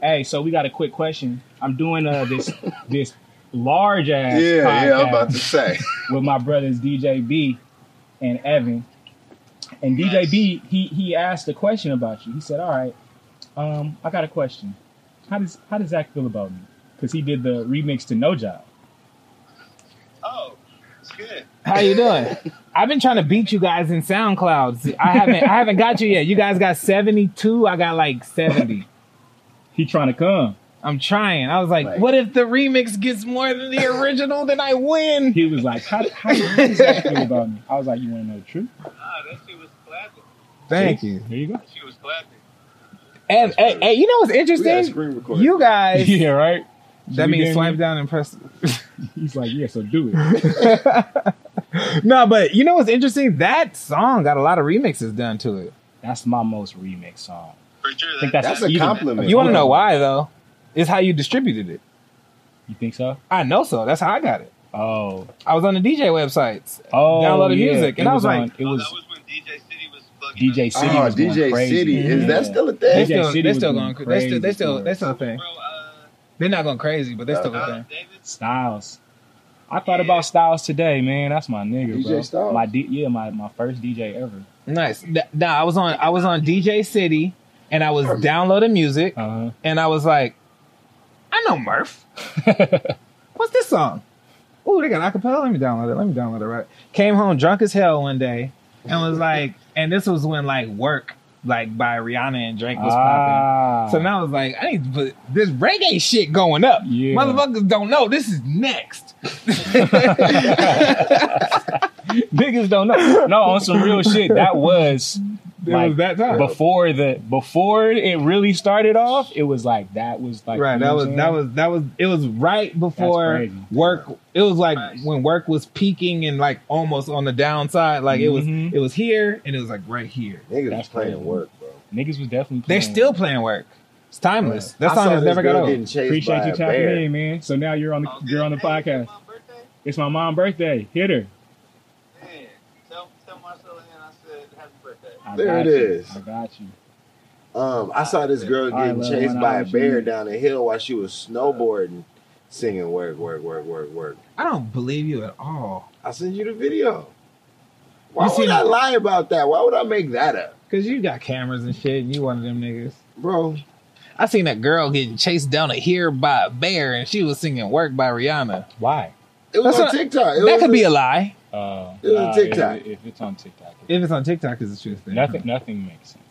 D: hey, so we got a quick question. I'm doing uh this this large
C: Yeah,
D: ass podcast
C: yeah, I'm about to say.
D: with my brothers DJ B and Evan. And DJ B, he he asked a question about you. He said, "All right, um, I got a question. How does how does Zach feel about me? Because he did the remix to No Job.
B: Oh, it's good.
A: How you doing? I've been trying to beat you guys in SoundCloud. I haven't I haven't got you yet. You guys got 72. I got like 70.
D: He trying to come.
A: I'm trying. I was like,
C: Right.
A: what if the remix gets more than the original? then I win.
D: He was like, how, how does Zach feel about me? I was like, you want to know the truth?
B: Nah, that shit was clapping.
A: Thank
D: See?
A: you.
D: There you go.
B: That shit was clapping.
A: And hey, hey, you know what's
C: We got a
A: interesting?
C: screen recorder.
A: You guys.
D: Yeah, right.
A: That
D: We
A: means
D: did.
A: swipe down and press.
D: He's like, yeah, so do it.
A: No, but you know what's interesting? That song got a lot of remixes done to it.
D: That's my most remix song.
B: For sure.
D: think
B: that-
D: that's
C: That's a
D: even-
C: compliment.
A: You want to know why though? It's how you distributed it.
D: You think so?
A: I know so. That's how I got it.
D: Oh,
A: I was on the DJ websites.
D: oh,
A: Downloaded
D: yeah.
A: music, and
D: It
A: I was like-
D: on- it
B: Oh,
D: was
B: that was when DJ City was plugging
D: DJ
B: up.
D: City.
C: oh,
D: was going
C: DJ
D: crazy.
C: City is that
D: Yeah.
C: still a
A: They
D: They
C: thing?
D: DJ
A: still,
D: City
A: they
D: was
A: still
D: going
A: going. They still, they
D: crazy
A: still,
D: for
A: they
D: it.
A: still a thing.
B: Bro, uh,
A: They're not going crazy, but they still a
B: uh,
A: thing.
B: David,
D: Styles. I thought about Styles today, man. That's my nigga,
C: DJ
D: bro.
C: Styles?
D: My D- yeah, my, my first DJ ever.
A: Nice. Th- Nah, I was on. I was on DJ City, and I was downloading music,
D: Uh
A: and I was like, I know Murph.
D: huh.
A: What's this song? Ooh, they got acapella. Let me download it. Let me download it. Right. Came home drunk as hell one day, and was like, and this was when like work like by Rihanna and Drake was popping.
D: Ah.
A: So now I was like, I need to put this reggae shit going up.
D: Yeah.
A: Motherfuckers don't know this is next. it
D: niggas don't know. No, on some real shit. That was
A: was
D: Like,
A: that time.
D: before the before it really started off. It was like that was like
A: right.
D: you know
A: That
D: what
A: was
D: I'm
A: that
D: saying?
A: was that was it was right before
D: crazy.
A: work. It was like
B: Nice.
A: when work was peaking and like almost on the downside. Like it
D: Mhm.
A: was it was here and it was like right here.
C: Niggas
D: That's
C: was playing
D: crazy.
C: work, bro.
D: niggas was definitely
A: They're
D: playing.
A: still playing work. It's timeless. That
C: I saw
A: song has
C: this
A: never got
C: girl
A: old.
C: getting chased
D: appreciate
C: by
D: you
C: a
D: tapping
C: bear.
D: in, man. So now you're on the
B: Oh,
D: you're on the
B: hey, it's
D: podcast.
B: my birthday?
D: It's my mom's birthday. Hit her.
B: Man, tell, tell Marcella and I said happy birthday.
D: I
C: There
D: got
C: it
D: you.
C: is.
D: I got you.
C: Um, I saw this girl
D: All right,
C: getting
D: love,
C: chased
D: one
C: by
D: hour,
C: a bear
D: shoot.
C: down the hill while she was snowboarding, singing "Work, work, work, work, work."
A: I don't believe you at all.
C: I sent you the video. Why
A: You
C: would
A: seen
C: I
A: it?
C: lie about that? Why would I make that up,
A: Cause you got cameras and shit. And you one of them niggas.
C: bro?
A: I seen that girl getting chased down a here by a bear, and she was singing "Work" by Rihanna.
D: Why?
C: It was
A: That's
C: on
A: not-
C: TikTok. It
A: that
C: was
A: could be a lie.
D: Uh,
C: It was a
D: nah,
C: TikTok.
D: If, if it's on TikTok, it-
A: If it's on TikTok, it's a true thing.
D: nothing nothing makes sense.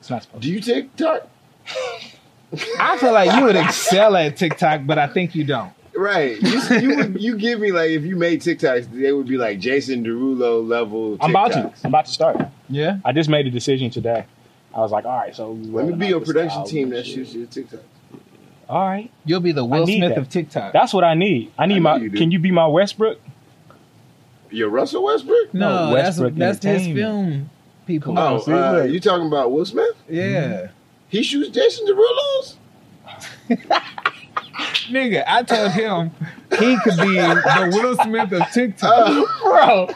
D: It's not supposed.
C: Do you TikTok?
A: I feel like you would excel at TikTok, but I think you don't.
C: Right. You you, would, you give me like if you made TikToks, they would be like Jason Derulo level.
D: to. I'm about to.
C: TikToks.
D: I'm about to start.
A: Yeah.
D: I just made a decision today. I was like, all right, so
C: Let me be your production team that shoots your TikTok.
D: All right,
A: You'll be the Will
D: need
A: Smith
D: that.
A: of TikTok.
D: that's what I need. I need
C: I know
D: my.
C: you do.
D: can you be my Westbrook?
C: Your Russell Westbrook?
A: no,
D: no,
A: that's
D: Westbrook
A: that's his
D: Entertainment.
A: film people.
D: Come on.
C: Oh,
D: see,
C: uh,
D: look.
C: you talking about Will Smith?
A: Yeah,
C: He shoots Jason Derulo's.
A: nigga, I told him he could be the Will Smith of TikTok,
C: Uh,
A: bro.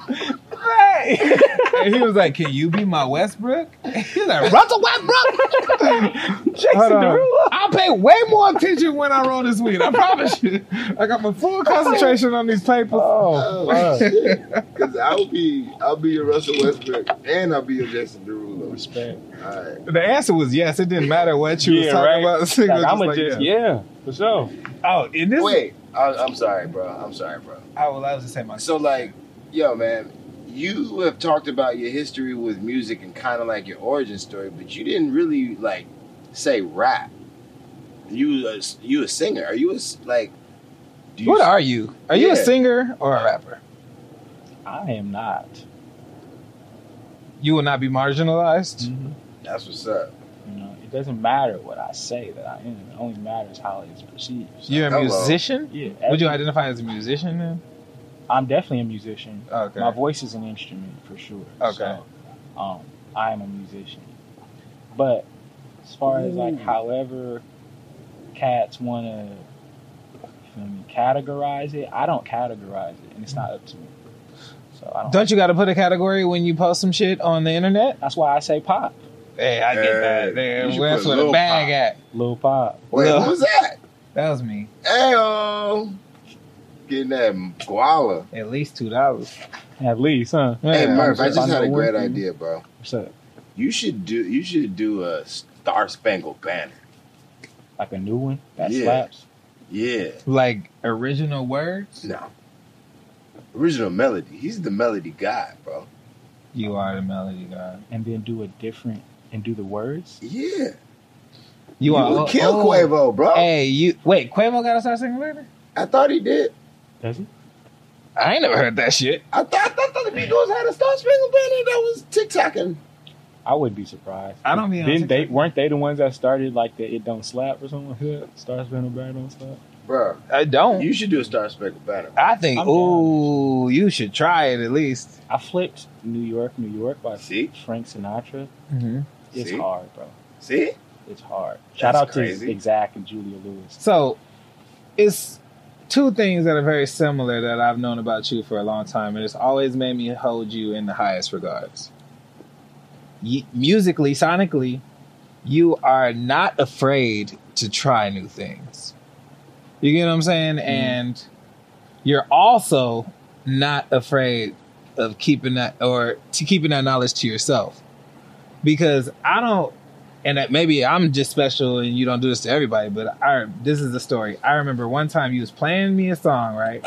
A: Right. and he was like, "Can you be my Westbrook?" He's like, "Russell Westbrook."
D: Jason
A: Hold on.
D: Derulo.
A: I pay way more attention when I roll this weed. I promise you. I got my full concentration on these papers.
C: oh,
D: Oh, fuck.
C: shit. Cause I'll be I'll be your Russell Westbrook and I'll be your Jason Derulo.
D: respect.
C: All right.
A: The answer was yes. It didn't matter what you
D: Yeah,
A: was talking
D: right.
A: about. The
D: Like,
A: singer was
D: I'm a
A: like,
D: just
A: yeah.
D: yeah. for sure.
A: Oh, and this
C: Wait, I, I'm sorry, bro. I'm sorry, bro.
A: I will I was just saying my
C: So like, yo, man, you have talked about your history with music and kind of like your origin story, but you didn't really like say rap. You a, you a singer? Are you a s- like? Do
A: What are you? Are you a
C: Yeah.
A: singer or a rapper?
D: I am not.
A: You will not be
D: Mm.
A: marginalized.
C: That's what's up.
D: Mm-hmm. You know, it doesn't matter what I say that I am. It only matters how it's perceived. So,
A: You're a
C: Hello.
A: musician.
D: yeah.
A: Would you
D: every-
A: identify as a musician then?
D: I'm definitely a musician.
A: Okay.
D: My voice is an instrument for sure.
A: Okay.
D: So, um, I am a musician. But as far as like
C: Ooh.
D: however cats want to feel me categorize it, I don't categorize it, and it's not up to me. So I don't.
A: Don't you got to put a category when you post some shit on the internet?
D: That's why I say pop,
A: Hey, I get
C: Hey,
A: that. There,
C: you should
A: that's
C: put
A: where the
C: Lil
A: bag
C: Pop.
A: at.
D: Lil Pop.
C: Wait,
A: No.
C: who was that?
A: That was me.
C: Ayo, getting that guala.
A: At least two dollars.
D: At least, huh?
C: Hey
A: Yeah,
C: Murph,
A: I'm
C: I just
A: sorry.
C: had a
D: Find the
C: great
D: word.
C: idea, bro.
D: What's up?
C: You should do you should do a Star Spangled Banner.
D: Like a new one that
C: Yeah.
D: slaps.
C: Yeah,
A: Like original words.
C: no. Original melody. He's the melody guy, bro.
A: You are the melody guy.
D: and then do a different and do the words.
C: Yeah,
A: You,
C: you
A: are
C: would
A: oh,
C: kill
A: oh.
C: Quavo, bro.
A: Hey, you wait. Quavo got to start singing later.
C: I thought he did.
D: Does he?
A: I ain't never heard that shit.
C: I thought I thought, the Beatles had a Star Spangled Banner that was TikToking.
D: I would be surprised.
A: I don't be on
D: Didn't they
A: TikTok.
D: weren't they the ones that started like the it don't slap or something like that? Star Spangled Banner don't slap.
C: Bro,
A: I don't.
C: you should do a Star Spangled Banner.
A: I think.
D: I'm down.
A: ooh, you should try it at least.
D: I flipped New York, New York by
C: See?
D: Frank Sinatra. It's
C: See?
D: hard, bro.
C: See?
D: It's hard. Shout
C: That's
D: out
C: crazy.
D: to Exact and Julia Lewis.
A: So, it's two things that are very similar that I've known about you for a long time, and it's always made me hold you in the highest regards. Y- musically, sonically, you are not afraid to try new things. You get what I'm saying? And you're also not afraid of keeping that or to keeping that knowledge to yourself. Because I don't and that maybe I'm just special and you don't do this to everybody, but I this is the story. I remember one time you was playing me a song, right?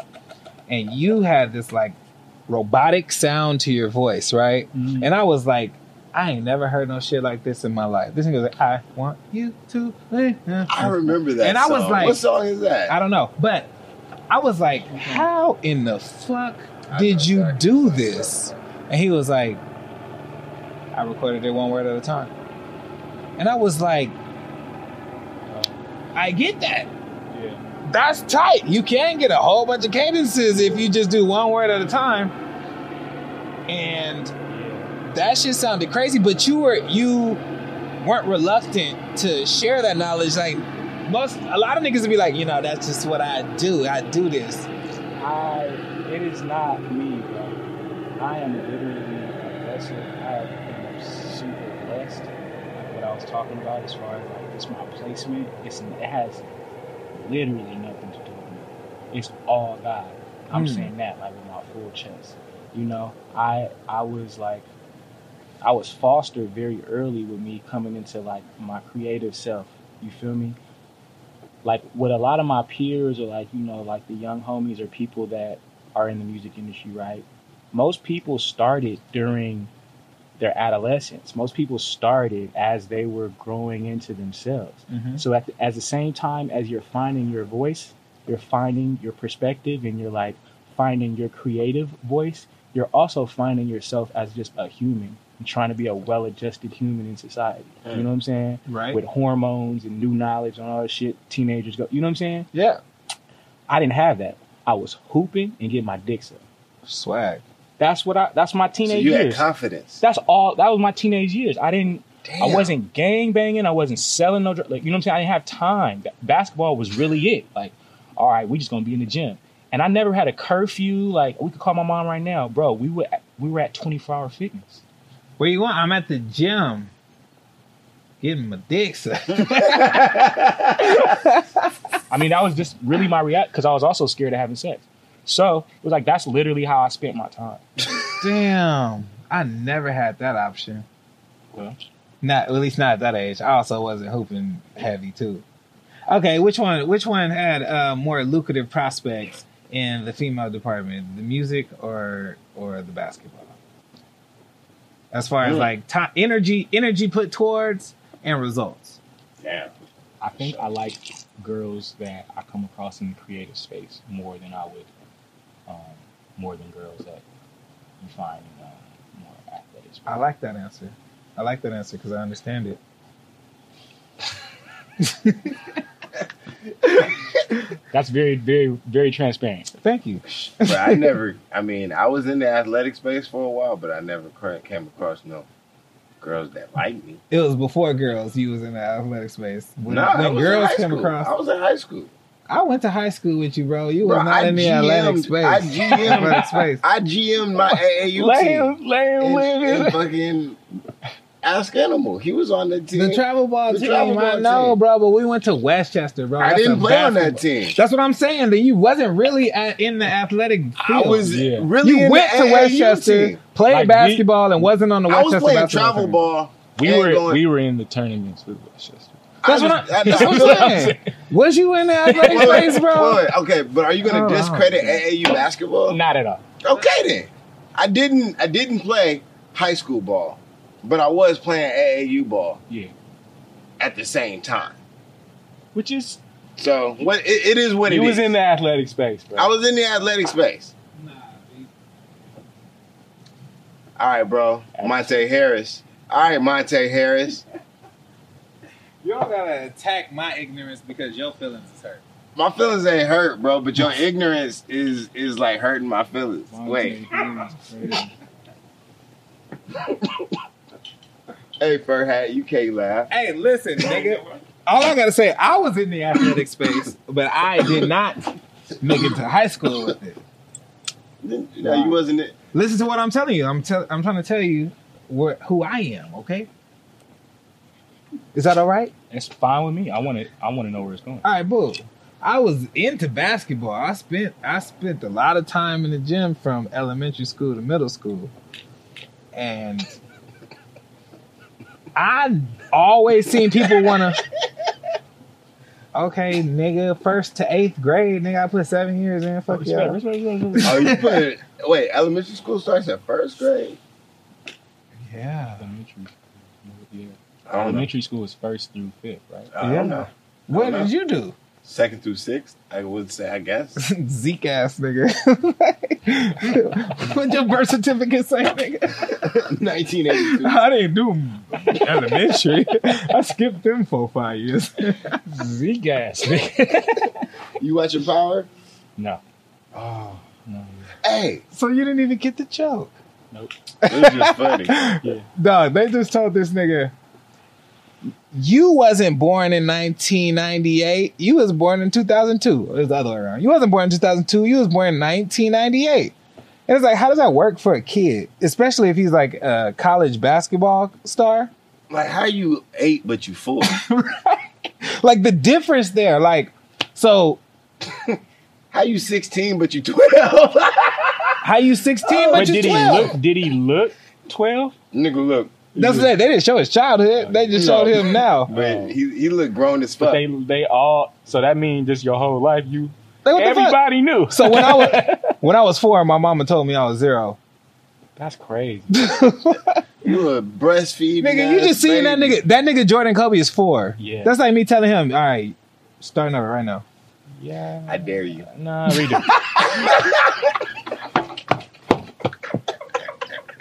A: And you had this like robotic sound to your voice, right?
D: Mhm.
A: And I was like, I ain't never heard no shit like this in my life. This nigga was like, I want you to.
C: I remember that.
A: And I was
C: song.
A: like-
C: what song is that?
A: I don't know, but I was like, how in the fuck
C: Mm-hmm. I know
A: did you
C: exactly
A: do
C: what you're
A: this? And he was like, I recorded it one word at a time. And I was like, I get that.
D: Yeah.
A: That's tight. You can get a whole bunch of cadences if you just do one word at a time. And
D: Yeah.
A: that shit sounded crazy, but you were you weren't reluctant to share that knowledge. Like most, a lot of niggas would be like, you know, that's just what I do. I do this.
D: I. It is not me, bro. I am literally like that's it. I am super blessed. Like what I was talking about, as far as like just my placement, it's it has literally nothing to do with me. It's all God. I'm
A: Hmm.
D: saying that like with my full chest. You know, I I was like. I was fostered very early with me coming into like my creative self. You feel me? Like with a lot of my peers or like you know like the young homies or people that are in the music industry, right? Most people started during their adolescence. Most people started as they were growing into themselves.
A: Mm-hmm.
D: So at the, at the same time as you're finding your voice, you're finding your perspective, and you're like finding your creative voice. You're also finding yourself as just a human and trying to be a well-adjusted human in society. You know what I'm saying?
A: Mm. Right.
D: With hormones and new knowledge and all that shit, teenagers go. You know what I'm saying?
A: Yeah.
D: I didn't have that. I was hooping and getting my dick sucked.
A: Swag.
D: That's what I. That's my
C: so
D: teenage
C: you had
D: years.
C: confidence.
D: that's all. That was my teenage years. I didn't.
A: Damn.
D: I wasn't gang banging. I wasn't selling no drugs. Like, you know what I'm saying? I didn't have time. Ba- Basketball was really it. Like, all right, we just gonna be in the gym. And I never had a curfew. Like, we could call my mom right now, bro. We were at, we were at 24 hour fitness.
A: Where you want? I'm at the gym. Getting my dick sucked.
D: I mean, that was just really my react because I was also scared of having sex. So it was like that's literally how I spent my time.
A: Damn. I never had that option.
D: Well.
A: Not at least not at that age. I also wasn't hooping heavy too. Okay, which one which one had uh, more lucrative prospects in the female department? The music or or the basketball? As far as
C: Mm.
A: like time, energy energy put towards and results.
C: Damn.
D: I think I like girls that I come across in the creative space more than I would, um, more than girls that you find in uh, more athletic space.
A: I like that answer. I like that answer because I understand it.
D: That's very, very, very transparent.
A: Thank you.
C: But I never. I mean, I was in the athletic space for a while, but I never cra- came across no girls that liked me.
A: It was before girls. You was in the athletic space. When,
C: Nah, I
A: when
C: was in
A: girls
C: high
A: come
C: school.
A: across,
C: I was in high school.
A: I went to high school with you, bro. You
C: Bro,
A: were not
C: I
A: in the
C: GM'd
A: athletic space.
C: I GM'd
A: athletic space.
C: I GM my AAU team.
D: Lame, lame,
C: And,
D: lame.
C: and fucking Ask Animal. He was on the team.
A: The travel ball
C: The
A: team,
C: travel
A: I
C: ball
A: know,
C: team.
A: bro, but we went to Westchester, bro.
C: I
A: That's
C: didn't
A: a
C: play on that
A: basketball-
C: team.
A: That's what I'm saying. That you wasn't really at, in the athletic
C: I
A: field.
C: was
D: Yeah.
C: really
A: you
C: in
A: went
C: the
A: to
C: AAU
A: Westchester,
C: team.
A: played
D: Like, we-
A: basketball, and wasn't on the
C: I was
A: Westchester
C: playing
A: basketball
C: travel
A: team.
C: ball.
D: We
C: and
D: were,
C: going-
D: we were in the tournaments with Westchester.
A: That's
C: I
A: what,
C: just-
A: I,
C: I-
A: that's
C: I-
A: what I'm saying. Was you in the athletic
C: Wait, wait,
A: space, bro?
C: wait, wait, okay, but are you
A: Oh,
C: going
A: I
C: to
A: don't
C: discredit
A: think-
C: AAU basketball?
D: Not at all.
C: Okay then. I didn't. I didn't play high school ball, but I was playing AAU ball
D: Yeah,
C: at the same time.
D: which is
C: So what? It, it is what it
D: you
C: is.
D: was in the athletic space, bro.
C: I was in the athletic space. All right, bro. Monte Harris. All right, Monte Harris.
A: You don't gotta attack my ignorance because your feelings is hurt.
C: My feelings ain't hurt, bro, but your ignorance is is like hurting my feelings. Wait. Hey, fur hat, you can't laugh.
A: Hey, listen, nigga. All I gotta say, I was in the athletic space, but I did not make it to high school with it.
C: No, you wasn't it.
A: Listen to what I'm telling you. I'm tell I'm trying to tell you where, who I am. Okay. Is that all right?
D: It's fine with me. I want to. I want to know where it's going.
A: All right, boo. I was into basketball. I spent I spent a lot of time in the gym from elementary school to middle school, and I always seen people wanna. Okay, nigga, first to eighth grade, nigga, I put seven years in. Fuck
D: Respect,
A: yeah.
D: respect, respect, respect.
C: Oh, you put it. Wait, elementary school starts at first grade?
A: Yeah.
E: Elementary. Yeah.
C: I don't know.
E: Elementary school is first through fifth, right?
A: Uh,
C: I don't know.
A: What
C: know.
A: did you do?
C: Second through sixth, I would say, I guess.
A: Zeke ass nigga. What'd your birth certificate say, nigga?
C: 1982.
A: I didn't do elementary. I skipped them for five years.
D: Z gas.
C: You watching Power?
E: No.
C: Oh.
E: No.
C: Hey,
A: So you didn't even get the joke.
E: Nope.
C: it was just funny.
A: Dog, they just told this nigga, you wasn't born in 1998. You was born in 2002. It was the other way around. You wasn't born in 2002. You was born in 1998. And it's like, how does that work for a kid? Especially if he's like a college basketball star.
C: Like how you eight but you four.
A: Like the difference there, like, so
C: How you sixteen but you twelve?
A: how you 16 but,
D: but
A: you
D: did
A: 12?
D: he look? Did he look twelve?
C: Nigga, look,
A: That's what they, they didn't show his childhood. They just showed him now.
C: man, he he looked grown as
D: Oh. But
C: fuck.
D: they they all. So that means just your whole life you.
A: Like, what the fuck?
D: Everybody knew.
A: So when I was when I was four, my mama told me I was zero.
D: that's crazy.
C: you a breastfeeding
A: Nigga, you
C: ass
A: just seeing that
C: baby.
A: nigga. That nigga Jordan Kobe is four.
D: Yeah.
A: That's like me telling him, all right, starting over right now.
D: Yeah.
C: I dare you.
D: Nah, redo.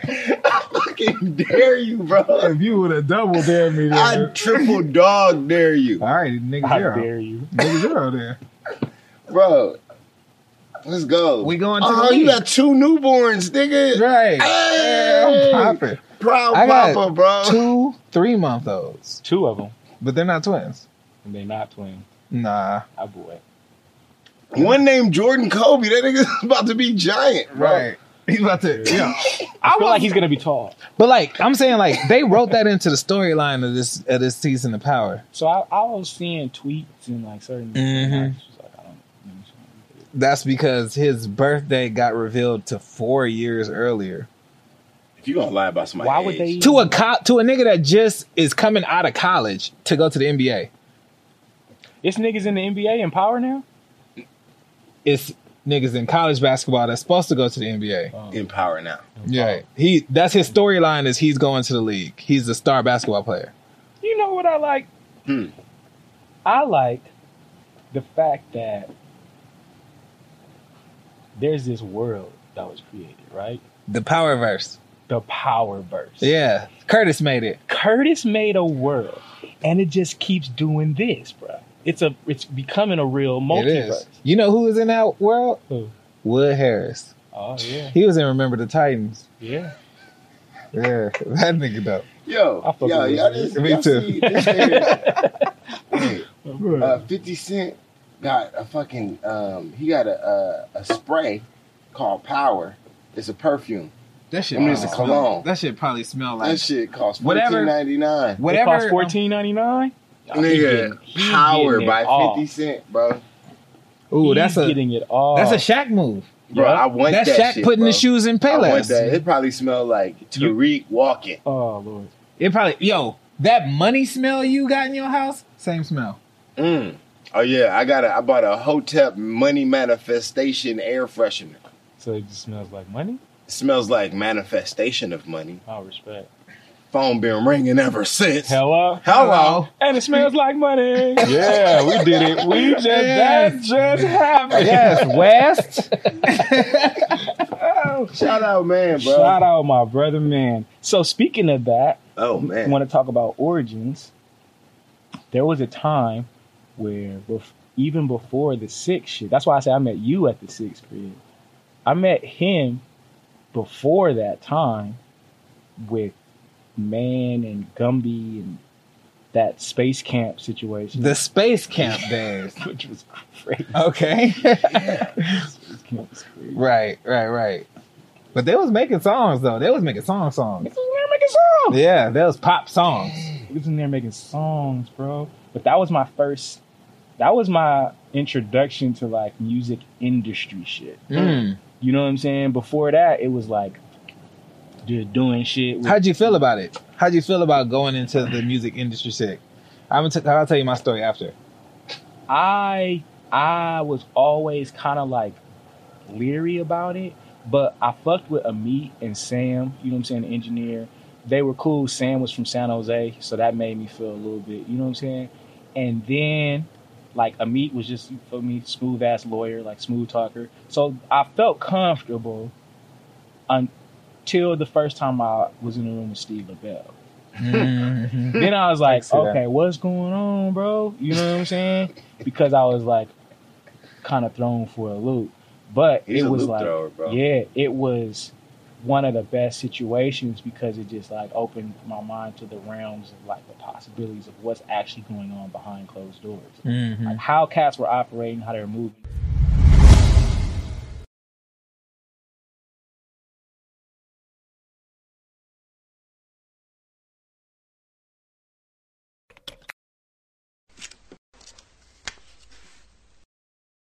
C: Fucking dare you, bro.
A: If you would have double dared me,
C: I
A: then
C: triple dog dare you,
A: all right, nigga
D: How
A: zero,
D: dare you?
A: nigga zero there.
C: bro. Let's go.
A: We going to
C: Oh,
A: the league.
C: you got two newborns, nigga.
A: Right,
C: Hey!
A: Yeah, I'm popping.
C: Proud
A: I got
C: papa, bro.
A: Two, three month olds,
D: Two of them,
A: but they're not twins.
D: and they're not twins.
A: Nah,
D: I boy.
C: One named Jordan Kobe. That nigga's about to be giant, bro.
A: right. He's about to. Yeah,
D: I, feel like he's gonna be tall.
A: but like I'm saying, like they wrote that into the storyline of this of this season of Power.
D: So I, I was seeing tweets and like certain.
A: Mhm.
D: I was like, I don't. let me see.
A: That's because his birthday got revealed to four years earlier
C: If you gonna lie about somebody,
D: Why would they?
A: to a co- to a nigga that just is coming out of college to go to the NBA.
D: It's niggas in the NBA in power now.
A: It's niggas in college basketball that's supposed to go to the NBA.
D: Um,
C: in power now?
A: Yeah, he that's his storyline is he's going to the league. He's a star basketball player.
D: You know what I like?
C: Hmm.
D: I like the fact that there's this world that was created, right?
A: The Power Verse.
D: The power verse.
A: Yeah, Curtis made it.
D: Curtis made a world, and it just keeps doing this, bruh. It's a it's becoming a real
A: It
D: multiverse.
A: is. You know who was in that world?
D: Who?
A: Wood Harris.
D: Oh yeah,
A: He was in Remember the Titans.
D: yeah.
A: Yeah, that nigga dope.
C: Yo,
D: I fuck
C: yo,
D: with
C: y'all
D: Wizkid.
C: just,
A: Me
C: y'all
A: too.
C: See this nigga- uh, Fifty Cent got a fucking um, he got a, a a spray called Power. It's a perfume.
A: That shit.
C: I mean, it's a
A: probably
C: cologne.
A: smell- That shit probably smell
C: That
A: like
C: shit costs
A: Whatever.
C: fourteen ninety nine.
D: It
A: whatever.
D: cost fourteen ninety nine.
C: Nigga, Power by Fifty Cent, bro.
A: um, Ooh, that's a
D: getting it all.
A: that's a Shaq move.
C: Bro,
D: Yeah.
C: I want
A: That's
C: that
A: Shaq
C: shit,
A: putting
C: bro.
A: the shoes in
C: I want
A: Payless.
C: that. It probably smelled like Tariq walking.
D: Oh lord.
A: It probably yo that money smell you got in your house, same smell.
C: Mm. Oh yeah, I got a. I bought a Hotep Money Manifestation air freshener.
D: So it just smells like money.
C: smells like manifestation of money.
D: Oh respect.
C: Phone been ringing ever since.
D: Hello.
A: Oh,
C: Hello.
D: And it smells like money. yeah, we did it. We just that
A: Yes.
D: just happened.
A: Yes, West.
C: Shout out, man, bro.
D: Shout out my brother, man. So speaking of that,
C: Oh
D: I
C: man.
D: want to talk about origins. There was a time where, bef- even before the six shit, that's why I say I met you at the six crib. I met him before that time with Man and Gumby and that space camp situation,
A: the space camp days.
D: which was crazy.
A: Okay,
D: Space camp was crazy.
A: right, right, right. But they was making songs though. They was making song songs.
D: Niggas in there making songs.
A: Yeah, that was pop songs.
D: Niggas in there making songs, bro. But that was my first. That was my introduction to like music industry shit.
A: Mm.
D: You know what I'm saying? Before that, it was like just doing shit. With,
A: Mm. How'd you feel about it? How'd you feel about going into the music industry? Sick. I'm gonna t- I'll tell you my story after.
D: I I was always kind of like leery about it, but I fucked with Amit and Sam. You know what I'm saying? The engineer they were cool. Sam was from San Jose, so that made me feel a little bit, you know what I'm saying? And then like Amit was just for me, smooth ass lawyer, like smooth talker. So I felt comfortable until the first time I was in the room with Steve LaBelle.
A: Mhm.
D: Then I was
A: I
D: like,
A: see that.
D: okay, what's going on, bro? You know what I'm saying? Because I was like kind of thrown for a loop. But
C: He's
D: it
C: a
D: was
C: loop
D: like
C: thrower, bro.
D: yeah, it was one of the best situations because it just like opened my mind to the realms of like the possibilities of what's actually going on behind closed doors.
A: Mhm.
D: Like how cats were operating, how they were moving,